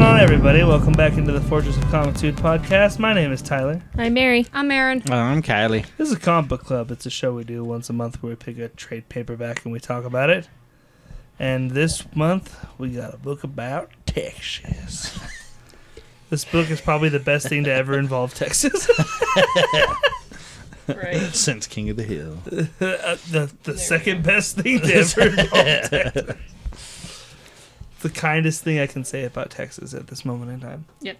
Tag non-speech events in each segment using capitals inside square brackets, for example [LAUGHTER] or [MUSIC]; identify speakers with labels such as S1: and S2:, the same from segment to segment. S1: on, everybody? Welcome back into the Fortress of Comicitude podcast. My name is Tyler.
S2: I'm Mary.
S3: I'm Aaron.
S4: Well, Oh, I'm Kylie.
S1: This is Comic Book Club. It's a show we do once a month where we pick a trade paperback and we talk about it. And this month, we got a book about Texas. [LAUGHS] this book is probably the best thing to ever involve Texas. [LAUGHS] Uh,
S2: Right.
S4: [LAUGHS] Since King of the Hill.
S1: Uh, the the
S2: we
S1: second best thing to ever
S2: [LAUGHS]
S1: involve Texas. the kindest thing I can say about Texas at this moment in time.
S2: Yep.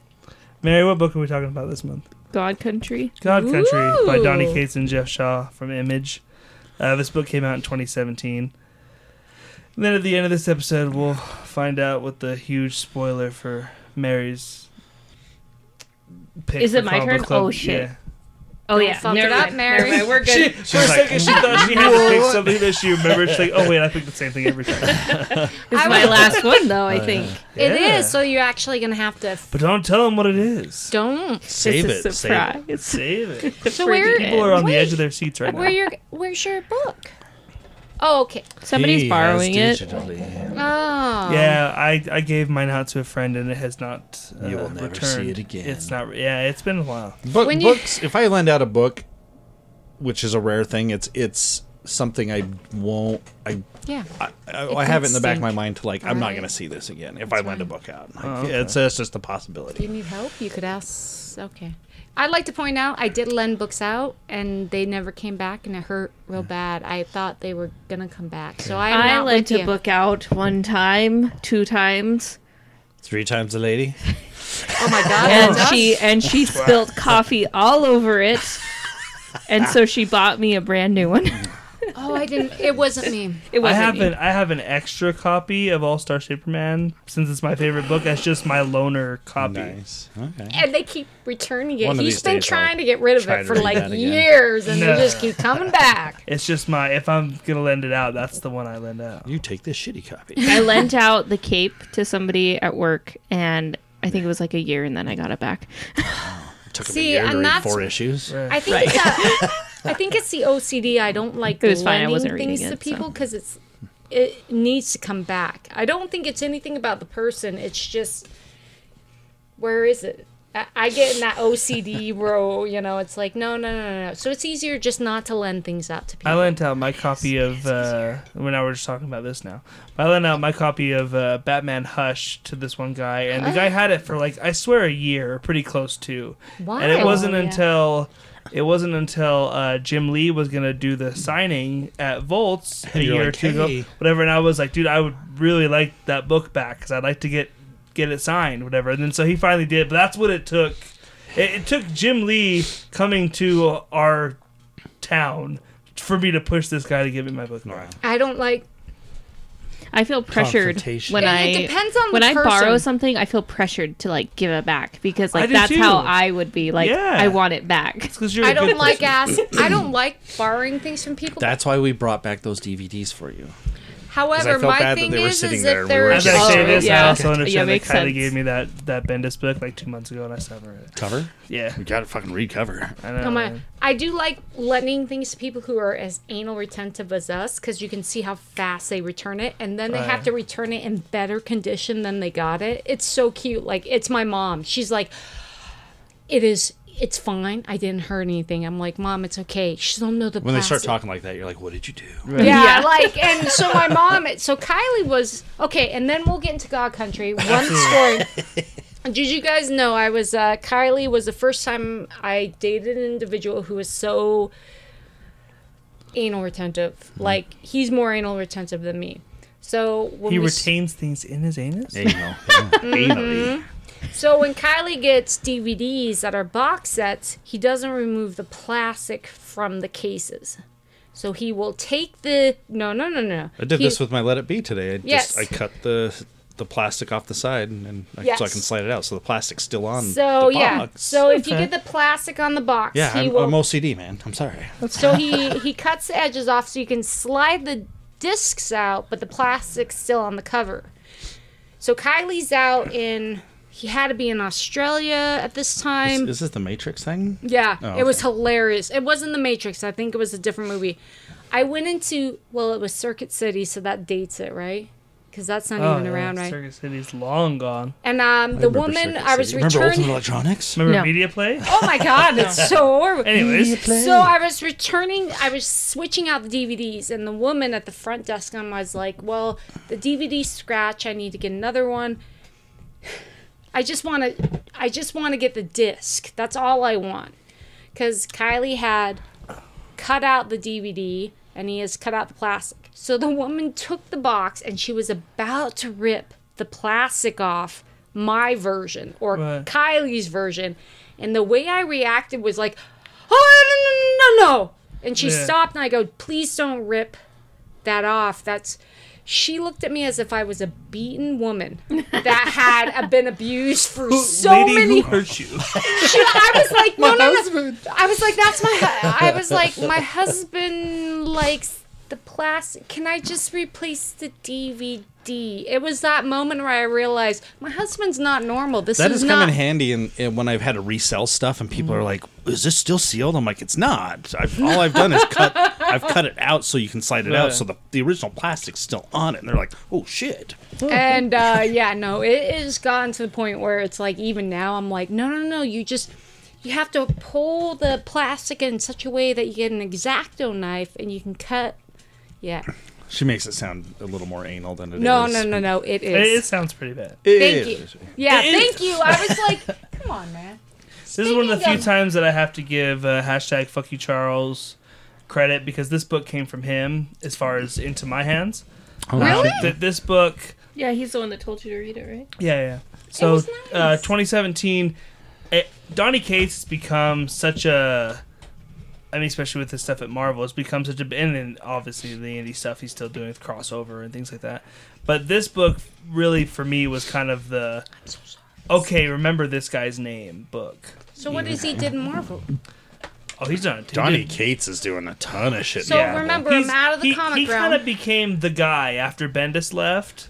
S1: Mary, what book are we talking about this month?
S2: God Country.
S1: God Country by
S3: Ooh.
S1: Donnie Cates and Jeff Shaw from Image. Uh, this book came out in 2017. And then at the end of this episode, we'll find out what the huge spoiler for Mary's. Pick
S2: Is
S1: for
S2: it my
S1: Comic Book
S2: turn?
S1: Club-
S2: Oh, shit.
S1: Yeah.
S2: Oh
S3: Don't
S2: yeah,
S3: fuck
S2: never
S3: it up,
S2: mind.
S3: Mary.
S2: Never mind. We're
S1: She,
S2: good.
S1: for a second, she thought she had to pick something that she remembered. She's like, "Oh wait, I picked the same thing every time."
S2: this
S3: I
S2: is my
S3: was-
S2: last one though. I think.
S3: It
S1: Yeah.
S3: is, so you're actually going to have to. F-
S1: But don't tell them what it
S2: [LAUGHS]
S1: is.
S3: don't.
S4: Save
S2: it's
S4: it.
S2: a
S4: Save it.
S2: surprise.
S1: Save it.
S3: So
S2: For
S3: where.
S2: the
S1: People are on the
S3: wait,
S1: edge of their seats right
S3: where
S1: now.
S3: your, where's your book? Oh, okay.
S2: Somebody's
S4: He
S2: borrowing
S4: has
S2: it.
S4: digitally.
S3: Oh.
S1: Yeah, I, I gave mine out to a friend and it has not. Uh,
S4: You will never see
S1: returned.
S4: it again.
S1: It's not. Yeah, it's been a while.
S4: Book,
S3: When you-
S4: books. If I lend out a book, which is a rare thing, it's it's something I won't. I
S3: Yeah.
S4: I, I,
S3: It
S4: I have it in the
S3: can
S4: back of my
S3: stink.
S4: mind to like. I'm not
S3: Right.
S4: going to see this again if I lend a book out. Like,
S1: okay.
S4: It's it's just a
S3: Do you
S4: possibility.
S3: need help? You could ask. Okay. I'd like to point out I did lend books out and they never came back and it hurt real bad. I thought they were gonna come back, so I'm
S2: I
S3: not
S2: lent
S3: with
S2: a
S3: you.
S2: book out one time, two times,
S4: Three times a [LAUGHS] lady.
S3: Oh my god!
S2: and
S3: that's
S2: she
S3: us.
S2: and she spilt coffee all over it, and so she bought me a brand new one. [LAUGHS]
S3: Oh, I didn't. It wasn't me.
S2: It
S1: I
S2: wasn't
S1: have
S2: me.
S1: an I have an extra copy of All Star Superman since it's my favorite book. That's just my loner copy.
S4: Nice. Okay.
S3: And they keep returning it.
S4: One of
S3: He's
S4: these
S3: been
S4: days I'll
S3: trying to get rid of
S4: try
S3: it
S4: to
S3: for
S4: read
S3: like
S4: that again.
S3: years, and
S1: No.
S3: they just keep coming back.
S1: It's just my if I'm gonna lend it out, that's the one I lend out.
S4: You take this shitty copy.
S3: [LAUGHS]
S2: I lent out the cape to somebody at work, and I think it was like a year, and then I got it back.
S4: took him a
S3: See,
S4: year
S3: and
S4: to read
S3: that's-
S4: four issues.
S1: Right.
S3: I think
S2: [LAUGHS]
S3: it's that, I think it's the OCD. I don't like
S2: It was fine, I
S3: lending
S2: wasn't reading
S3: things
S2: it,
S3: to people
S2: so.
S3: because it's it needs to come back. I don't think it's anything about the person. It's just where is it? I, I get in
S2: [LAUGHS]
S3: that OCD row. You know, it's like no, no, no, no, no. So it's easier just not to lend things out to
S1: I
S3: people.
S1: lent out my copy of uh, when I were just talking about this now. I lent out my copy of uh, Batman Hush to this one guy, and the guy had it for like I swear a year, or pretty close to.
S3: Why?
S1: And it wasn't
S3: Oh, yeah.
S1: until it wasn't until uh, Jim Lee was gonna do the signing at Volts a
S4: And you're
S1: year or
S4: like,
S1: two
S4: "Hey."
S1: ago, whatever. And I was like, dude, I would really like that book back because I'd like to get get it signed, whatever. And then so he finally did, but that's what it took. It, it took Jim Lee coming to our town for me to push this guy to give me my book. back.
S3: I don't like.
S2: I feel pressured
S4: Confrontation.
S2: when
S3: It- it
S2: I
S3: depends on the
S2: when I
S3: person.
S2: borrow something. I feel pressured to like give it back because
S1: I
S2: like
S1: do
S2: that's
S1: too.
S2: how I would be. Like
S1: Yeah.
S2: I want it back.
S1: Because you're a
S3: I don't
S1: good
S3: like
S1: person.
S3: ass.
S4: [CLEARS THROAT]
S3: I don't like borrowing things from people.
S4: That's why we brought back those DVDs for you.
S3: However,
S4: I felt bad
S3: my
S4: that
S3: thing
S4: they were
S3: is,
S4: sitting
S3: is
S4: there
S3: if
S4: and we
S3: there
S4: were
S1: As
S3: is
S1: I
S2: Oh,
S1: say this,
S2: yeah.
S1: I also
S2: Yeah,
S1: understand that
S2: makes
S1: Kylie
S2: sense.
S1: gave me that that Bendis book like two months ago, and I still haven't read it.
S4: Cover?
S1: Yeah,
S4: You gotta fucking read cover.
S1: I know.
S3: Oh my-
S1: man.
S3: I do like lending things to people who are as anal retentive as us because you can see how fast they return it, and then they have
S1: Right.
S3: to return it in better condition than they got it. It's so cute. Like it's my mom. She's like, "It is. It's fine. I didn't hurt anything." I'm like, "Mom, it's okay." She's don't know the
S4: When they start
S3: plastic."
S4: talking like that, you're like, what did you do? [LAUGHS]
S3: Yeah,
S2: Yeah.
S3: like, and so my mom, so Kylie was, okay, and then we'll get into God Country. One story. Did you guys know I was, uh, Kylie was the first time I dated an individual who was so anal retentive. Like, he's more anal retentive than me. So when
S1: He
S3: we s-
S1: retains things in his anus.
S4: Anal.
S3: Mm-hmm.
S4: Anally.
S3: so when Kylie gets DVDs that are box sets, he doesn't remove the plastic from the cases. So he will take the no no no no.
S4: I did
S3: He-
S4: this with my Let It Be today. I
S3: Yes.
S4: just I cut the the plastic off the side and, and I,
S3: Yes.
S4: so I can slide it out. So the plastic's still on.
S3: So
S4: the
S3: yeah.
S4: box.
S3: So if you
S1: Okay.
S3: get the plastic on the box,
S4: yeah,
S3: he
S4: I'm,
S3: will.
S4: I'm OCD, man. I'm sorry.
S3: so he
S4: [LAUGHS]
S3: he cuts the edges off so you can slide the discs out, but the plastic's still on the cover. So Kylie's out in. He had to be in Australia at this time.
S4: Is this the Matrix thing?
S3: Yeah,
S4: Oh,
S3: it was
S4: okay.
S3: hilarious. It wasn't The Matrix. I think it was a different movie. I went into well, it was Circuit City, so that dates it, right? because that's not
S1: Oh,
S3: even
S1: yeah,
S3: around, right?
S1: Circuit City's long gone.
S3: And um, the
S4: remember
S3: woman
S4: Circuit
S3: I was
S4: City. Remember Ultimate
S3: returning.
S4: Electronics?
S1: Remember
S2: No.
S1: Media Play?
S3: Oh my god, it's so horrible.
S1: Anyways,
S3: So I was returning, I was switching out the DVDs, and the woman at the front desk um, was like, Well, the DVD scratch, I need to get another one. [SIGHS] I just want to, I just want to get the disc. That's all I want. Because Kylie had cut out the DVD and he has cut out the plastic. So the woman took the box and she was about to rip the plastic off my version or
S1: Right.
S3: Kylie's version. And the way I reacted was like, oh, no, no, no, no. And she
S1: Yeah.
S3: stopped and I go, please don't rip that off. That's. She looked at me as if I was a beaten woman that had been abused for so
S1: Lady
S3: many
S1: who hurt you.
S3: she, I was like, no, no, no. I was like, that's my. hu- I was like, my husband likes the plastic. Can I just replace the DVD? It was that moment where I realized my husband's not normal. This
S4: That
S3: is
S4: has come
S3: not. Mm.
S4: in handy in, in when I've had to resell stuff and people are like, "Is this still sealed?" I'm like, "It's not. I've, all I've done is
S3: [LAUGHS]
S4: cut. I've cut it out so you can slide it out
S1: Right.
S4: so the, the original plastic's still on it." And they're like, "Oh shit."
S3: and uh, yeah, no, it has gotten to the point where it's like even now I'm like, no, no, no, you just you have to pull the plastic in such a way that you get an exacto knife and you can cut. Yeah.
S4: She makes it sound a little more anal than it is.
S3: No, no, no, no. It
S1: It,
S3: is.
S1: it sounds pretty bad.
S3: Thank you. Yeah,
S1: It is.
S3: thank you. I was
S1: [LAUGHS]
S3: like, come on, man.
S1: This is one of the
S3: Speaking
S1: few
S3: of-
S1: times that I have to give uh, hashtag fuck you Charles credit because this book came from him as far as into my hands.
S3: Really?
S1: That this book,
S2: Yeah, he's the one that told you to read it, right?
S1: yeah, yeah. So
S3: was
S1: uh,
S3: nice.
S1: 2017, it, Donny Cates has become such a. I mean, especially with his stuff at Marvel, it's become such a. And then obviously the indie stuff he's still doing with crossover and things like that. But this book really for me was kind of the okay, remember this guy's name book.
S3: So what does he did in Marvel?
S1: Oh, he's done. it.
S4: Donnie Cates is doing a ton of shit.
S3: So
S4: now.
S3: remember,
S1: He's-
S3: I'm out of the
S1: he,
S3: comic
S1: he
S3: realm.
S1: kind of became the guy after Bendis left.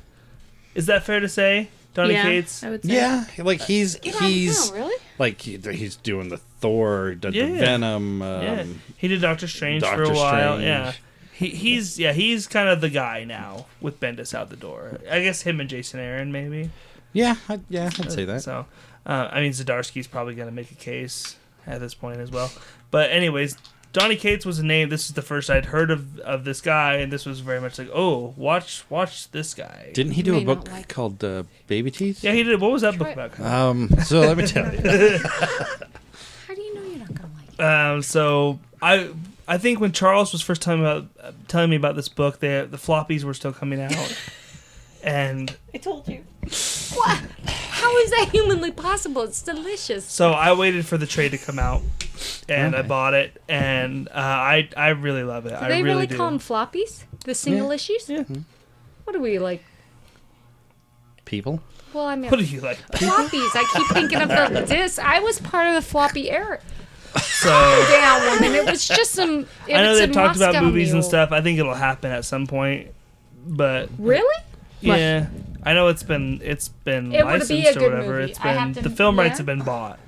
S1: Is that fair to say, Donny
S2: yeah,
S1: Cates?
S2: I would say.
S4: Yeah, like he's
S3: Yeah, I
S4: he's
S3: know, "Oh, really.
S4: like he, he's doing the Thor, the, the
S1: Yeah.
S4: Venom. Um,
S1: yeah, he did Doctor Strange for a
S4: Doctor
S1: while.
S4: Strange.
S1: Yeah, he, he's yeah he's kind of the guy now with Bendis out the door. I guess him and Jason Aaron maybe.
S4: Yeah, I, yeah, I'd say that.
S1: So, uh, I mean, Zadarsky's probably going to make a case at this point as well. But, anyways, Donny Cates was a name. This is the first I'd heard of of this guy, and this was very much like, oh, watch, watch this guy.
S4: Didn't he do a
S3: May not
S4: book
S3: like-
S4: called uh, Baby Teeth?
S1: yeah, he did. What was that book
S3: Try-
S1: about?
S4: Um, so let me tell you.
S3: How do you know you're not gonna like? it?
S1: Um, so I I think when Charles was first telling me about uh, telling me about this book, the the floppies were still coming
S4: [LAUGHS]
S1: out, and
S2: I told you.
S3: What? How is that humanly possible? It's delicious.
S1: so I waited for the trade to come out, and I bought it, and uh, I I really love it.
S3: Do
S1: I
S3: they
S1: really,
S3: really,
S1: do.
S3: call them floppies? The single
S4: Yeah.
S3: issues?
S1: Yeah.
S3: What are we like?
S4: People.
S3: Well, I mean,
S1: What do you
S3: [LAUGHS]
S1: like?
S3: floppies. I keep thinking of the disc. I was part of the floppy era.
S1: So.
S3: Down woman. It was just some. It
S1: I know
S3: was
S1: they've
S3: a
S1: talked about
S3: Moscow
S1: movies and
S3: Mule.
S1: stuff. I think it'll happen at some point, but
S3: Really?
S1: yeah, I know it's been it's been
S3: It would
S1: licensed
S3: be a
S1: or
S3: good
S1: whatever.
S3: movie.
S1: It's
S3: I
S1: been
S3: have to-
S1: the film
S3: yeah.
S1: rights have been bought,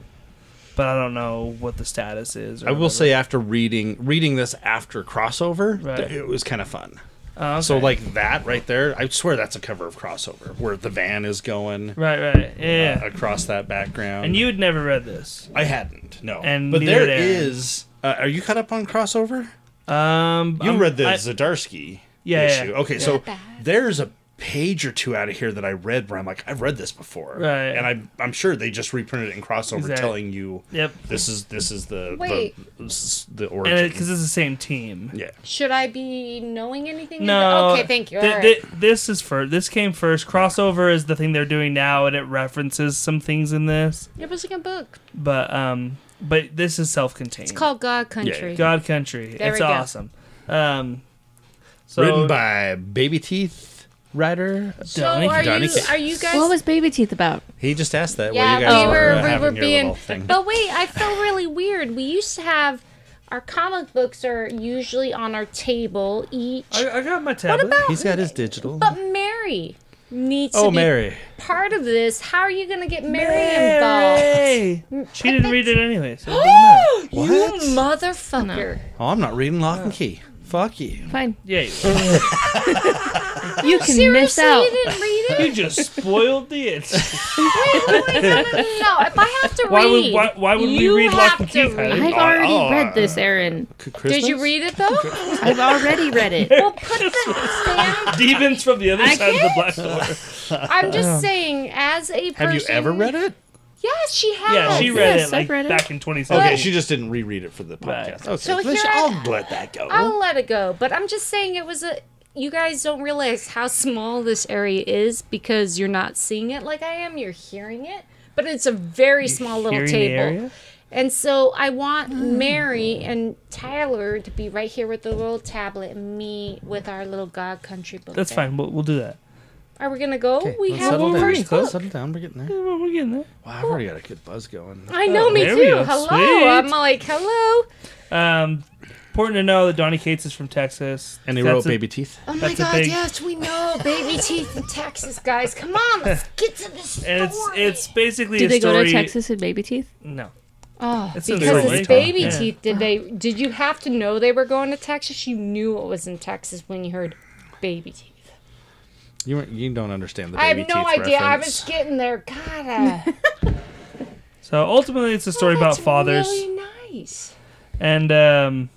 S1: but I don't know what the status is. or
S4: I will
S1: whatever.
S4: say after reading reading this after crossover,
S1: Right.
S4: th- it was kind of fun.
S1: Oh, okay.
S4: So like that right there, I swear that's a cover of crossover where the van is going
S1: right, right, yeah.
S4: uh, across that background.
S1: and you had never read this,
S4: I hadn't no.
S1: And
S4: but
S1: neither
S4: there
S1: did Aaron.
S4: is. Uh, are you caught up on crossover?
S1: um,
S4: You
S1: I'm-
S4: read the
S1: I-
S4: Zadarsky
S1: Yeah, yeah,
S4: issue.
S1: yeah.
S4: Okay, so
S3: bad.
S4: there's a page or two out of here that I read where I'm like, I've read this before,
S1: Right.
S4: And I'm I'm sure they just reprinted it in crossover,
S1: Exactly.
S4: telling you
S1: Yep,
S4: this is this is the
S3: Wait.
S4: the, s- the
S1: and
S4: origin.
S1: because it's the same team.
S4: yeah,
S3: Should I be knowing anything?
S1: No.
S3: Okay, thank you. All
S1: Th-
S3: right.
S1: th- this is for this came first. Crossover is the thing they're doing now, and it references some things in this.
S3: it was like a book.
S1: But um, but this is self-contained.
S3: It's called God Country.
S1: God Country.
S3: There
S1: it's
S3: we go.
S1: awesome. Um, so
S4: written by Baby Teeth writer.
S3: So
S1: Donny-
S3: are
S4: Donny
S3: you
S4: Cates.
S3: are you guys?
S2: What was Baby Teeth about?
S4: He just asked that.
S3: yeah,
S4: while you guys
S3: we
S4: were,
S3: were we
S4: having
S3: were
S4: your
S3: being.
S4: little thing.
S3: [LAUGHS] But wait, I felt really weird. We used to have our comic books are usually on our table each.
S1: I, I got my
S3: what
S1: tablet.
S3: about?
S4: He's got his digital.
S3: But Mary needs
S4: Oh,
S3: to be
S4: Mary.
S3: part of this. How are you going to get Mary, involved?
S1: Mary! She
S3: [GASPS]
S1: didn't read it anyway. So it doesn't matter.
S3: you motherfucker!
S4: Oh, I'm not reading Lock and Key. Fuck you.
S2: Fine.
S1: Yeah, you,
S2: You can miss
S3: Seriously,
S2: out.
S3: you didn't read
S1: [LAUGHS]
S3: it?
S1: you just spoiled the [LAUGHS] itch.
S3: No, no, no. If I have to
S1: Why
S3: read,
S1: would why, why would
S3: You
S1: we read Lock
S3: have
S1: and
S3: to
S1: Key? Kylie?
S2: I've
S4: Oh,
S2: already
S4: oh,
S2: read this, Aaron.
S3: did you read it though?
S2: I've already read it.
S3: well,
S1: [LAUGHS]
S3: put the damn.
S1: Demons from the other
S3: I
S1: side
S3: can't.
S1: of the black door.
S3: I'm just saying, as a person,
S4: Have you ever read it?
S3: Oh, Yes, she has.
S1: Yeah, she read
S2: Yes,
S1: it
S2: I've
S1: like
S2: read it.
S1: back in 2017.
S4: Okay, she just didn't reread it for the
S1: Right.
S4: podcast. Okay,
S3: So
S4: let's-
S3: here I-
S4: I'll let that go.
S3: I'll let it go. But I'm just saying it was a. You guys don't realize how small this area is because you're not seeing it like I am. You're hearing it, but it's a very small little
S1: hearing the
S3: table.
S1: area?
S3: And so I want Mary and Tyler to be right here with the little tablet, and me with our little God Country book.
S1: That's
S3: bag.
S1: fine. We'll, we'll do that.
S3: Are we gonna go?
S4: Okay,
S3: we
S4: let's
S3: have
S4: settle
S3: our
S4: down.
S3: first
S4: Let's
S3: book.
S4: settle down. We're getting there.
S1: Yeah, well, we're getting there.
S4: Wow, I've already got a good buzz going.
S3: I know, me
S1: Oh, there
S3: too.
S1: we go.
S3: Hello,
S1: Sweet.
S3: I'm like hello.
S1: Um, important to know that Donnie Cates is from Texas.
S4: And they
S1: That's
S4: wrote
S1: a-
S4: baby teeth.
S3: Oh my
S1: That's a
S3: God!
S1: big-
S3: Yes, we know baby teeth in Texas, guys. Come on, let's get to this story.
S1: And it's it's basically
S2: Did
S1: a
S2: they go
S1: story.
S2: to Texas and baby teeth?
S1: No.
S3: Oh,
S1: It's in
S3: because
S1: Detroit.
S3: it's baby
S1: Yeah.
S3: teeth. Did they? Did you have to know they were going to Texas? You knew it was in Texas when you heard baby teeth.
S4: You weren't, you don't understand the baby
S3: I have no
S4: teeth
S3: idea. I was
S4: reference.
S3: getting there. God, uh,
S1: So ultimately, it's a [LAUGHS] story about
S3: Oh, that's
S1: fathers
S3: Really nice.
S1: and um.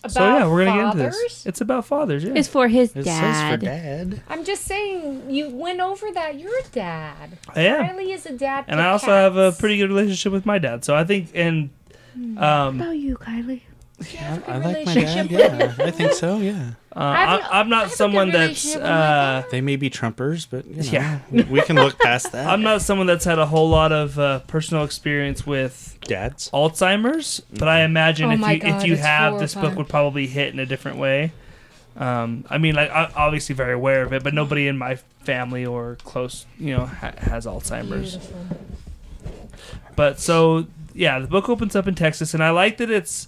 S3: About
S1: So yeah, we're gonna
S3: fathers?
S1: get into this. It's about fathers. Yeah.
S2: It's for his
S4: It
S2: dad.
S4: says for dad.
S3: I'm just saying, you went over that. You're a dad.
S1: I am.
S3: Riley is a dad.
S1: And
S3: to
S1: I also have a
S3: cats.
S1: pretty good relationship with my dad. So I think and
S3: Hmm.
S1: um
S2: How about you, Kylie?
S3: You have a
S4: I
S3: good
S4: like my
S3: relationship
S4: dad.
S3: with your
S4: Yeah, I think so. Yeah,
S1: uh,
S3: have
S1: I,
S3: a-
S1: I'm
S3: I
S1: not
S3: have a good
S1: someone that's
S3: relationship with my
S1: uh
S4: they may be Trumpers, but you know,
S1: Yeah.
S4: we can look past that.
S1: I'm not someone that's had a whole lot of uh, personal experience with
S4: dads.
S1: Alzheimer's, but
S4: Mm-hmm.
S1: I imagine
S3: Oh
S1: if
S3: my
S1: you if
S3: God,
S1: you
S3: it's
S1: have this book
S3: horrifying.
S1: would probably hit in a different way. Um, I mean, like I, obviously very aware of it, but nobody in my family or close, you know, ha- has Alzheimer's. But so yeah, the book opens up in Texas, and I like that it's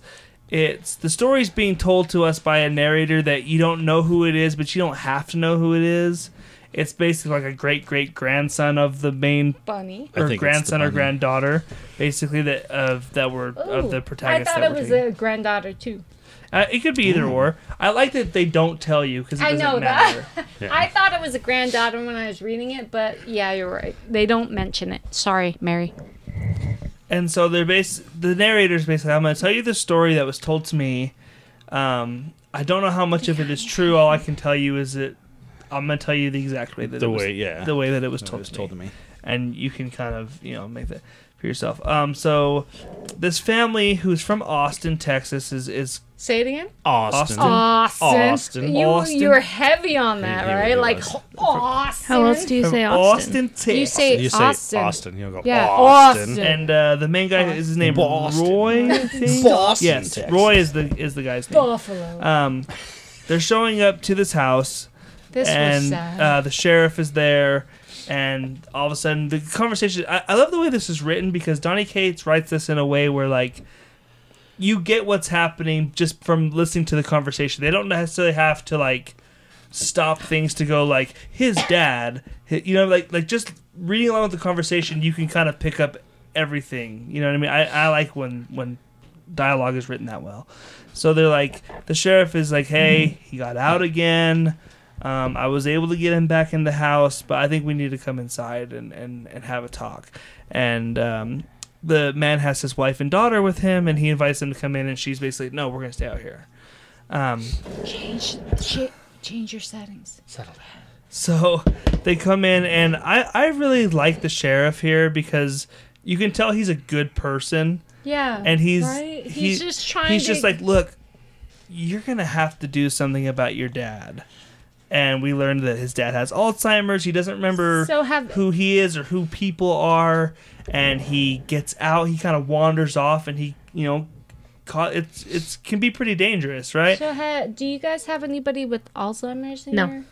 S1: it's the story's being told to us by a narrator that you don't know who it is, but you don't have to know who it is. It's basically like a great great grandson of the main or
S4: I
S3: bunny.
S4: think it's the
S1: grandson or
S4: bunny.
S1: granddaughter, basically that of that were
S3: Ooh,
S1: of the protagonist.
S3: I thought
S1: that
S3: it
S1: were
S3: was
S1: taken.
S3: a granddaughter too.
S1: Uh, it could be
S4: Mm.
S1: either or. I like that they don't tell you because it
S3: I
S1: doesn't
S3: know that.
S1: matter.
S3: I thought it was a granddaughter when I was reading it, but yeah, you're right. They don't mention it. Sorry, Mary.
S1: and so they're bas- the narrator's basically i'm going to tell you the story that was told to me um, i don't know how much of it is true all i can tell you is that i'm going to tell you the exact way that
S4: The
S1: it was,
S4: way, yeah.
S1: the way that it was told,
S4: It was
S1: to,
S4: told to
S1: me.
S4: me.
S1: and you can kind of you know make that for yourself um, so this family who's from austin texas is is
S3: Say it again.
S4: Austin.
S1: Austin.
S3: Austin.
S4: Austin.
S3: You
S1: Austin.
S3: you're heavy on that,
S4: He
S3: right?
S4: really
S3: like
S4: was.
S3: Austin.
S2: How else do you
S1: from
S2: say Austin?
S1: austin, texas
S3: You say
S4: You say Austin.
S3: Austin.
S4: You'll go
S3: Yeah,
S4: Austin.
S3: Austin.
S1: and uh, the main guy is his name
S4: Boston.
S1: roy I think?
S4: Boston,
S1: yes
S4: Texas.
S1: roy is the is the guy's name
S3: Buffalo.
S1: um, they're showing up to this house
S3: this was
S1: and
S3: sad.
S1: uh, the sheriff is there and all of a sudden the conversation I, I love the way this is written because donnie cates writes this in a way where like you get what's happening just from listening to the conversation they don't necessarily have to like stop things to go like his dad hi- you know like like just reading along with the conversation you can kind of pick up everything you know what i mean i, I like when when dialogue is written that well so they're like the sheriff is like hey he got out again um, I was able to get him back in the house, but I think we need to come inside and, and, and have a talk. And um, the man has his wife and daughter with him, and he invites them to come in, and she's basically, no, we're going to stay out here. Um,
S3: change, shit, change your settings.
S1: so [LAUGHS] they come in, and I, I really like the sheriff here because you can tell he's a good person.
S3: Yeah.
S1: and he's
S3: right? he's
S1: he-
S3: just trying.
S1: he's
S3: to,
S1: just like look you're gonna have to do something about your dad and we learned that his dad has alzheimer's he doesn't remember
S3: So have-
S1: who he is or who people are and he gets out he kind of wanders off and he you know caught it's it's can be pretty dangerous right
S3: So, ha- do you guys have anybody with Alzheimer's in
S2: No.
S3: here?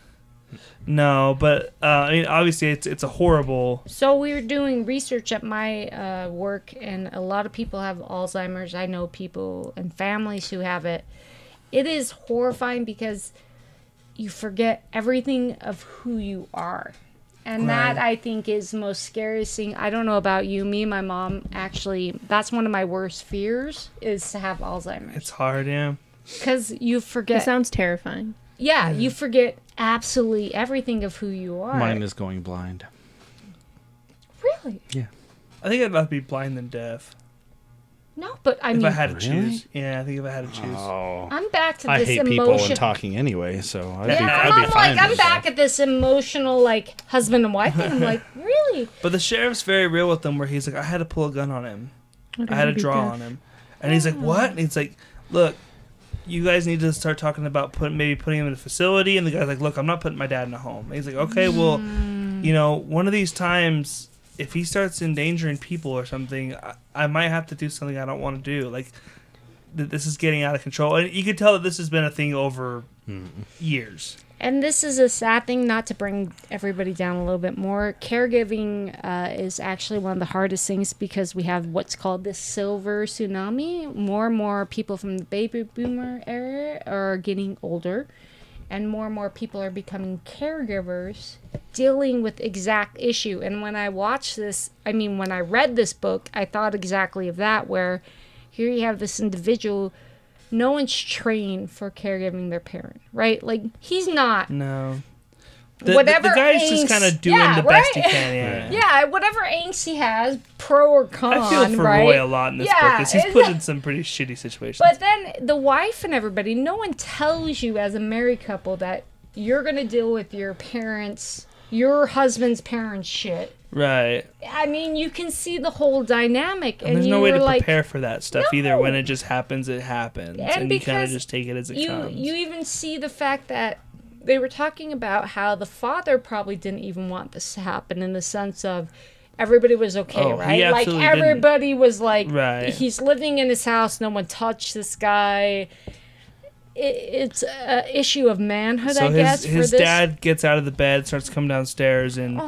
S1: no but uh, i mean obviously it's it's a horrible
S3: So we were doing research at my uh, work, and a lot of people have Alzheimer's. I know people and families who have it. It is horrifying because you forget everything of who you are. And that I think is the most scariest thing. I don't know about you. Me and my mom actually that's one of my worst fears is to have Alzheimer's.
S1: it's hard yeah
S3: because you
S2: It
S3: forget.
S2: sounds terrifying.
S3: yeah, you forget absolutely everything of who you are.
S4: Mine is going blind.
S3: really
S1: I think I'd rather be blind than deaf.
S3: no, but I
S1: If
S3: mean,
S1: I had to
S4: Really?
S1: choose. Yeah, I think if I had to choose.
S4: Oh,
S3: I'm back to
S4: I
S3: this
S4: hate people
S3: emotion.
S4: and talking anyway, so I'd
S3: yeah,
S4: be,
S3: I'm,
S4: I'd be
S3: I'm
S4: fine
S3: like I'm
S4: with that.
S3: back at this emotional like husband and wife thing. I'm like, [LAUGHS] really?
S1: But the sheriff's very real with him, where he's like, I had to pull a gun on him.
S2: What
S1: I
S2: if
S1: had to
S2: you'd be
S1: draw
S2: deaf?
S1: on him. And he's like, what? And he's like, look, you guys need to start talking about put, maybe putting him in a facility. And the guy's like, look, I'm not putting my dad in a home. And he's like, okay, well,
S3: Mm.
S1: you know, one of these times, if he starts endangering people or something, I, I might have to do something I don't want to do. Like, th- this is getting out of control. And you could tell that this has been a thing over years.
S3: And this is a sad thing, not to bring everybody down a little bit more. Caregiving uh, is actually one of the hardest things because we have what's called the silver tsunami. More and more people from the baby boomer era are getting older, and more and more people are becoming caregivers dealing with exact issue. And when I watched this, I mean, when I read this book, I thought exactly of that, where here you have this individual. No one's trained for caregiving their parent, right? Like, he's not
S1: No. The,
S3: Whatever
S1: the, the guy's just
S3: angst-
S1: kind of doing
S3: yeah,
S1: the best he
S3: right?
S1: can. Yeah.
S3: Yeah, whatever angst he has, pro or con,
S1: I feel for
S3: right?
S1: Roy a lot in this
S3: Yeah,
S1: book. 'cause He's
S3: it's-
S1: put in some pretty shitty situations.
S3: But then the wife and everybody, no one tells you as a married couple that you're going to deal with your parents, your husband's parents' shit.
S1: right.
S3: I mean, you can see the whole dynamic, and,
S1: And there's
S3: you
S1: no way
S3: were
S1: to
S3: like,
S1: prepare for that stuff either.
S3: No.
S1: When it just happens, it happens. And,
S3: And
S1: you kind of
S3: because
S1: just take it as it
S3: you
S1: comes.
S3: you even see the fact that they were talking about how the father probably didn't even want this to happen in the sense of everybody was okay
S1: Oh, he
S3: right like
S1: absolutely didn't.
S3: everybody was like
S1: Right.
S3: he's living in his house no one touched this guy it, it's a issue of manhood
S1: so
S3: i
S1: his,
S3: guess
S1: his
S3: for this Oh.
S1: dad gets out of the bed, starts to come downstairs, and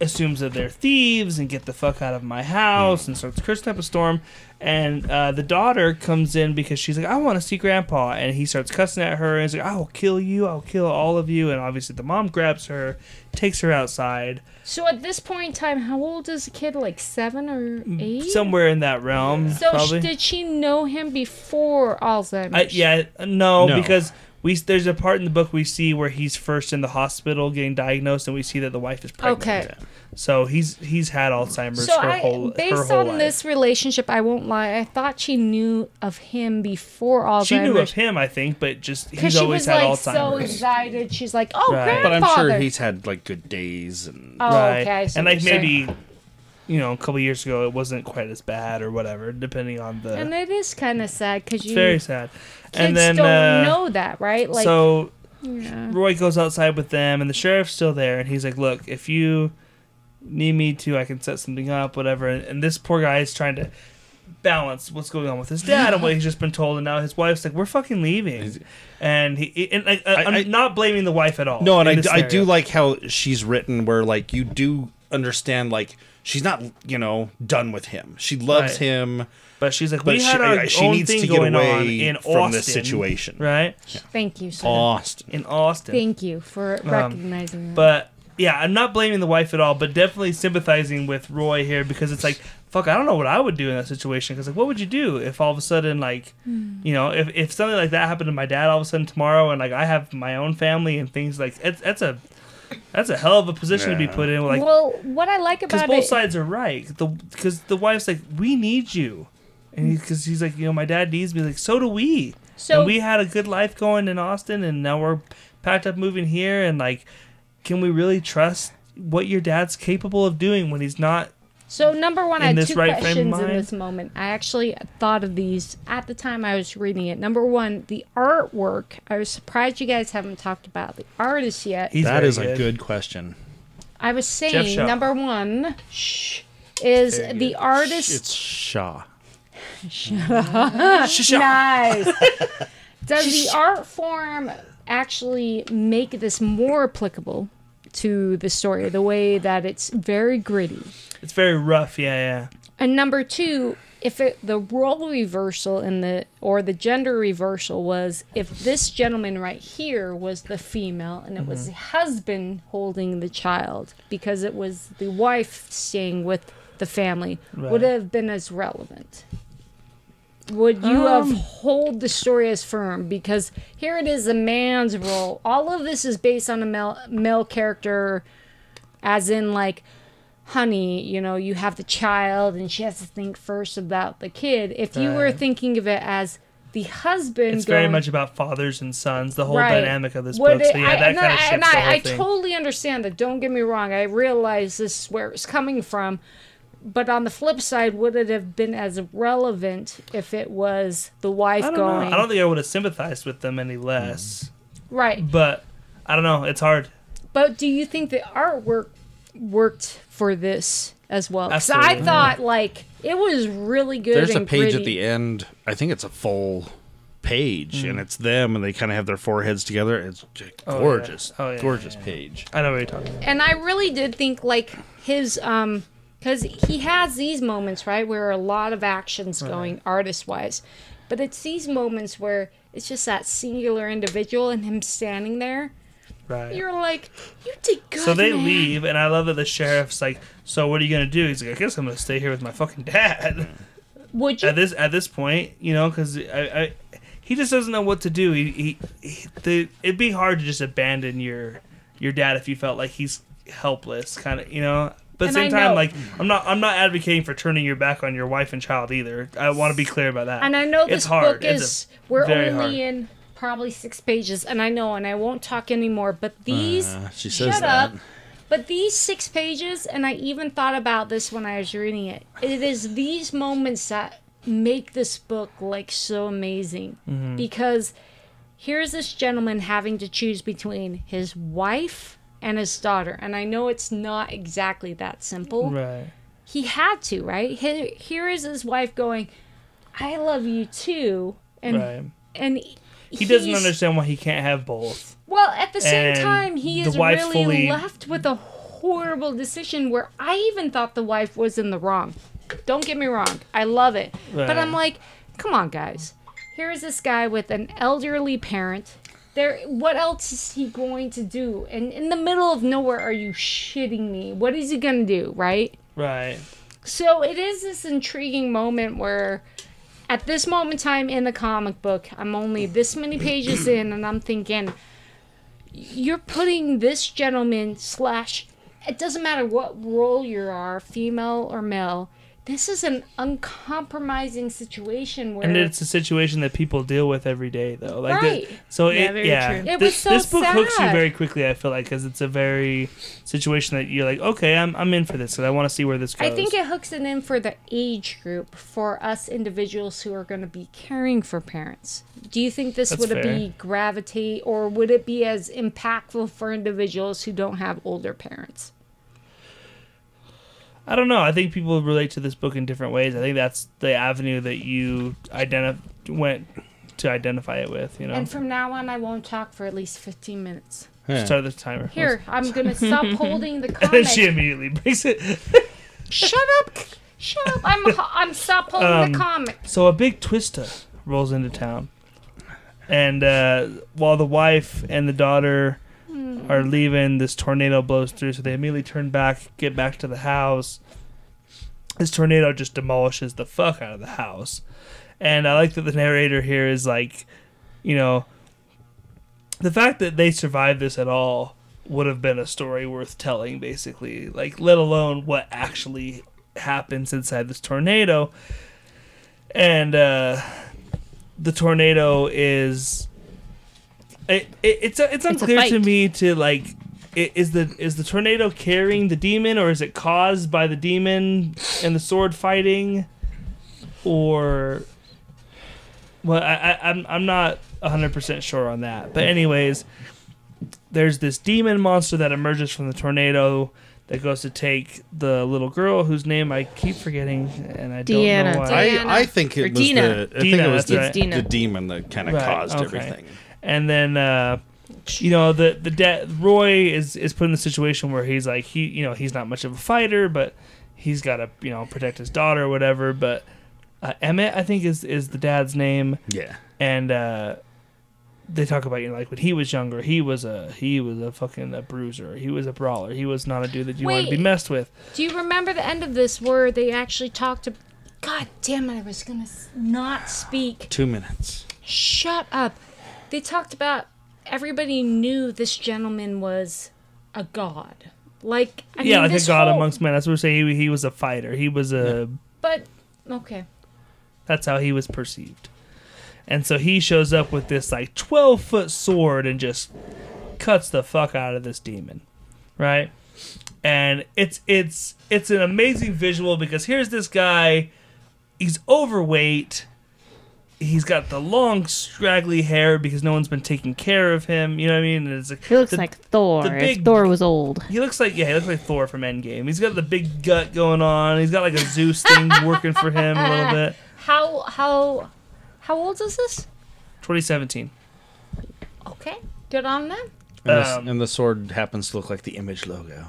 S1: assumes that they're thieves and get the fuck out of my house and starts cursing up a storm. And uh, the daughter comes in because she's like, I want to see grandpa. And he starts cussing at her and he's like, I will kill you. I'll kill all of you. And obviously, the mom grabs her, takes her outside.
S3: so at this point in time how old is the kid like seven or
S1: Mm,
S3: eight
S1: somewhere in that realm.
S3: so sh-
S1: probably.
S3: did she know him before alzheimer's
S1: I, yeah, no,
S4: No.
S1: because we there's a part in the book we see where he's first in the hospital getting diagnosed, and we see that the wife is pregnant.
S3: Okay.
S1: So he's he's had Alzheimer's
S3: So
S1: her
S3: I,
S1: whole her
S3: based
S1: whole
S3: on
S1: life.
S3: this relationship, I won't lie. I thought she knew of him before Alzheimer's.
S1: she knew of him, I think, but just
S3: because
S1: he's
S3: she
S1: always
S3: was
S1: had
S3: like so
S1: Alzheimer's.
S3: excited. She's like, "Oh,
S1: Right.
S4: But
S3: grandfather!"
S4: I'm sure he's had like good days and
S3: Oh,
S1: right.
S3: okay. I see
S1: and
S3: what
S1: like
S3: you're saying.
S1: maybe, you know, a couple years ago it wasn't quite as bad or whatever, depending on the.
S3: And it is kind of sad because
S1: it's uh,
S3: you
S1: very
S3: kids
S1: sad. And then
S3: don't
S1: uh,
S3: know that, right? Like,
S1: so
S2: Yeah.
S1: Roy goes outside with them, and the sheriff's still there, and he's like, "Look, if you need me to, I can set something up, whatever." And, and this poor guy is trying to balance what's going on with his dad and what he's just been told, and now his wife's like, "We're fucking leaving," and he and I, I,
S4: I-
S1: am
S4: I-
S1: not blaming the wife at all.
S4: No, and
S1: in
S4: I,
S1: this
S4: I do
S1: scenario.
S4: like how she's written, where like you do understand, like she's not, you know, done with him. She loves
S1: Right.
S4: him,
S1: but she's like,
S4: but
S1: "We
S4: she,
S1: had our
S4: I- she
S1: own
S4: needs
S1: thing
S4: to get
S1: going on
S4: away
S1: in
S4: from
S1: Austin,
S4: this situation.
S1: right?
S3: thank you, sir.
S4: Austin.
S1: In Austin,
S3: Thank you for recognizing that.
S1: Um, Mm. But yeah, I'm not blaming the wife at all, but definitely sympathizing with Roy here because it's like, fuck, I don't know what I would do in that situation. Because like, what would you do if all of a sudden, like, you know, if, if something like that happened to my dad all of a sudden tomorrow, and like I have my own family and things like it's, that's a that's a hell of a position to be
S4: Yeah.
S1: put in. Like,
S3: well, what I like
S1: because
S3: about
S1: both
S3: it,
S1: sides are right. The because the wife's like, we need you. And because he's like, you know, my dad needs me. Like, so do we.
S3: So-
S1: and we had a good life going in Austin, and now we're packed up moving here. And like, can we really trust what your dad's capable of doing when he's not?
S3: So number one, I
S1: in
S3: had
S1: this
S3: two
S1: right frame of
S3: questions in
S1: mind?
S3: this moment. I actually thought of these at the time I was reading it. Number one, the artwork. I was surprised you guys haven't talked about the artist yet.
S1: He's
S4: That
S1: very
S4: is a good question.
S3: I was saying
S1: Shaw.
S3: number one shh, is
S1: Very good.
S3: the artist.
S4: It's Shaw.
S1: [LAUGHS]
S3: Nice. Does the art form actually make this more applicable to the story? The way that it's very gritty.
S1: It's very rough. Yeah,
S3: And number two, if it, the role reversal in the or the gender reversal was if this gentleman right here was the female and it was the husband holding the child because it was the wife staying with the family
S1: Right.
S3: would have been as relevant. would you uphold the story as firm? Because here it is, a man's role. All of this is based on a male, male character, as in like, honey, you know, you have the child, and she has to think first about the kid. If you were
S1: Right.
S3: thinking of it as the husband,
S1: It's very
S3: going-
S1: much about fathers and sons, the whole dynamic of this
S3: What
S1: book.
S3: it-
S1: So yeah,
S3: I-
S1: that
S3: and
S1: kind of
S3: I-
S1: shifts
S3: and
S1: the whole
S3: I, I
S1: thing.
S3: totally understand that. Don't get me wrong. I realize this is where it's coming from. But on the flip side, would it have been as relevant if it was the wife
S1: I don't
S3: going
S1: know. I don't think I would have sympathized with them any less.
S3: right?
S1: But I don't know. It's hard.
S3: But do you think the artwork worked for this as well? 'Cause I
S1: Absolutely.
S3: thought like it was really good.
S4: There's a
S3: and
S4: page
S3: gritty.
S4: at the end. I think it's a full page, and it's them, and they kind of have their foreheads together. It's j-
S1: yeah.
S4: gorgeous,
S1: Oh, yeah,
S4: gorgeous page.
S1: I know what you're talking about.
S3: and I really did think like his um because he has these moments right where a lot of actions going artist wise, but it's these moments where it's just that singular individual and him standing there.
S1: Right.
S3: You're like, you did good.
S1: so they
S3: man."
S1: leave, and I love that the sheriff's like, "So what are you gonna do?" He's like, "I guess I'm gonna stay here with my fucking dad." [LAUGHS]
S3: Would you?
S1: at this at this point, you know, because I, I he just doesn't know what to do. He, he, he the, it'd be hard to just abandon your your dad if you felt like he's helpless, kind of, you know. But at the
S3: And
S1: same
S3: I
S1: time,
S3: know-
S1: like I'm not I'm not advocating for turning your back on your wife and child either. I want to be clear about that.
S3: and I know
S1: it's
S3: this
S1: hard.
S3: book
S1: It's a-
S3: is we're
S1: very
S3: only
S1: hard.
S3: in probably six pages, and I know, and I won't talk anymore. But these,
S4: Uh, she says
S3: shut
S4: that.
S3: up. But these six pages, and I even thought about this when I was reading it. It is these moments that make this book like so amazing
S1: Mm-hmm.
S3: because here's this gentleman having to choose between his wife and his daughter, and I know it's not exactly that simple
S1: right.
S3: he had to, right? Here, here is his wife going, "I love you too," and
S1: Right.
S3: and
S1: He doesn't understand why he can't have both.
S3: Well, at the same
S1: and
S3: time, he
S1: the
S3: is
S1: wife
S3: really
S1: fully-
S3: left with a horrible decision where I even thought the wife was in the wrong. Don't get me wrong, I love it, but I'm
S1: Right.
S3: like, come on, guys. Here is this guy with an elderly parent. There, what else is he going to do? And in the middle of nowhere, are you shitting me? What is he gonna do, right?
S1: Right.
S3: So it is this intriguing moment where, at this moment in time in the comic book, I'm only this many pages in, and I'm thinking, you're putting this gentleman slash, it doesn't matter what role you are, female or male. This is an uncompromising situation where
S1: And it's a situation that people deal with every day, though. Like
S3: Right.
S1: the- so
S2: Yeah,
S1: it,
S2: very
S1: yeah.
S2: true.
S3: It
S1: this,
S3: was so
S1: this book hooks you
S3: sad.
S1: very quickly. I feel like because it's a very situation that you're like, okay, I'm I'm in for this, and I want to see where this goes.
S3: I think it hooks it in for the age group for us individuals who are going to be caring for parents. Do you think this
S1: That's
S3: would it
S1: fair.
S3: be gravitate or would it be as impactful for individuals who don't have older parents?
S1: I don't know. I think people relate to this book in different ways. I think that's the avenue that you identif- went to identify it with. You know,
S3: And from now on, I won't talk for at least 15 minutes.
S4: Yeah.
S1: start the timer
S3: Here, I'm going to stop holding the
S1: And then [LAUGHS] she
S3: comic.
S1: immediately breaks it.
S3: Shut up. Shut up. I'm, I'm stop holding
S1: Um,
S3: the comic.
S1: So a big twister rolls into town, and uh, while the wife and the daughter are leaving, this tornado blows through. So they immediately turn back, get back to the house. This tornado just demolishes the fuck out of the house, and I like that the narrator here is like, you know, the fact that they survived this at all would have been a story worth telling, basically. Like, let alone what actually happens inside this tornado and uh, the tornado is it, it, it's it's unclear to
S2: fight.
S1: me to like i- is the is the tornado carrying the demon or is it caused by the demon and the sword fighting or well I, I I'm I'm not 100% sure on that but anyways there's this demon monster that emerges from the tornado that goes to take the little girl whose name I keep forgetting and I don't
S2: Deanna.
S1: know why
S3: Diana.
S4: I, I think
S2: Or
S4: it was
S2: Dina.
S4: the I think
S1: Dina,
S4: it was
S1: that's
S4: the,
S1: right.
S2: Dina.
S4: the demon that kind of
S1: Right,
S4: caused
S1: okay.
S4: everything.
S1: and then uh, you know the the de- Roy is is put in the situation where he's like he you know he's not much of a fighter, but he's got to you know protect his daughter or whatever. But uh, Emmett, I think is is the dad's name,
S4: Yeah,
S1: and uh, they talk about you know like when he was younger, he was a he was a fucking a bruiser, he was a brawler, he was not a dude that you wanted to be
S3: Wait.
S1: messed with.
S3: Do you remember the end of this where they actually talked to God damn it! I was gonna s- not speak.
S4: Two minutes.
S3: Shut up. They talked about everybody knew this gentleman was a god. Like I
S1: yeah,
S3: mean,
S1: like a
S3: this
S1: god
S3: whole-
S1: amongst men. That's what we're saying. He, he was a fighter. He was a.
S3: But okay,
S1: That's how he was perceived. And so he shows up with this like twelve foot sword and just cuts the fuck out of this demon, right? And it's it's it's an amazing visual because here's this guy, he's overweight, he's got the long straggly hair because no one's been taking care of him. You know what I mean? And it's like,
S2: He looks
S1: the-
S2: like Thor.
S1: the
S2: if
S1: big-
S2: Thor was old.
S1: He looks like yeah, he looks like Thor from Endgame. He's got the big gut going on. He's got like a Zeus thing working for him a
S2: [LAUGHS]
S1: little bit.
S3: how how how old is this?
S1: 2017.
S3: Okay, good on them.
S4: And, the-
S1: Um,
S4: and the sword happens to look like the image logo.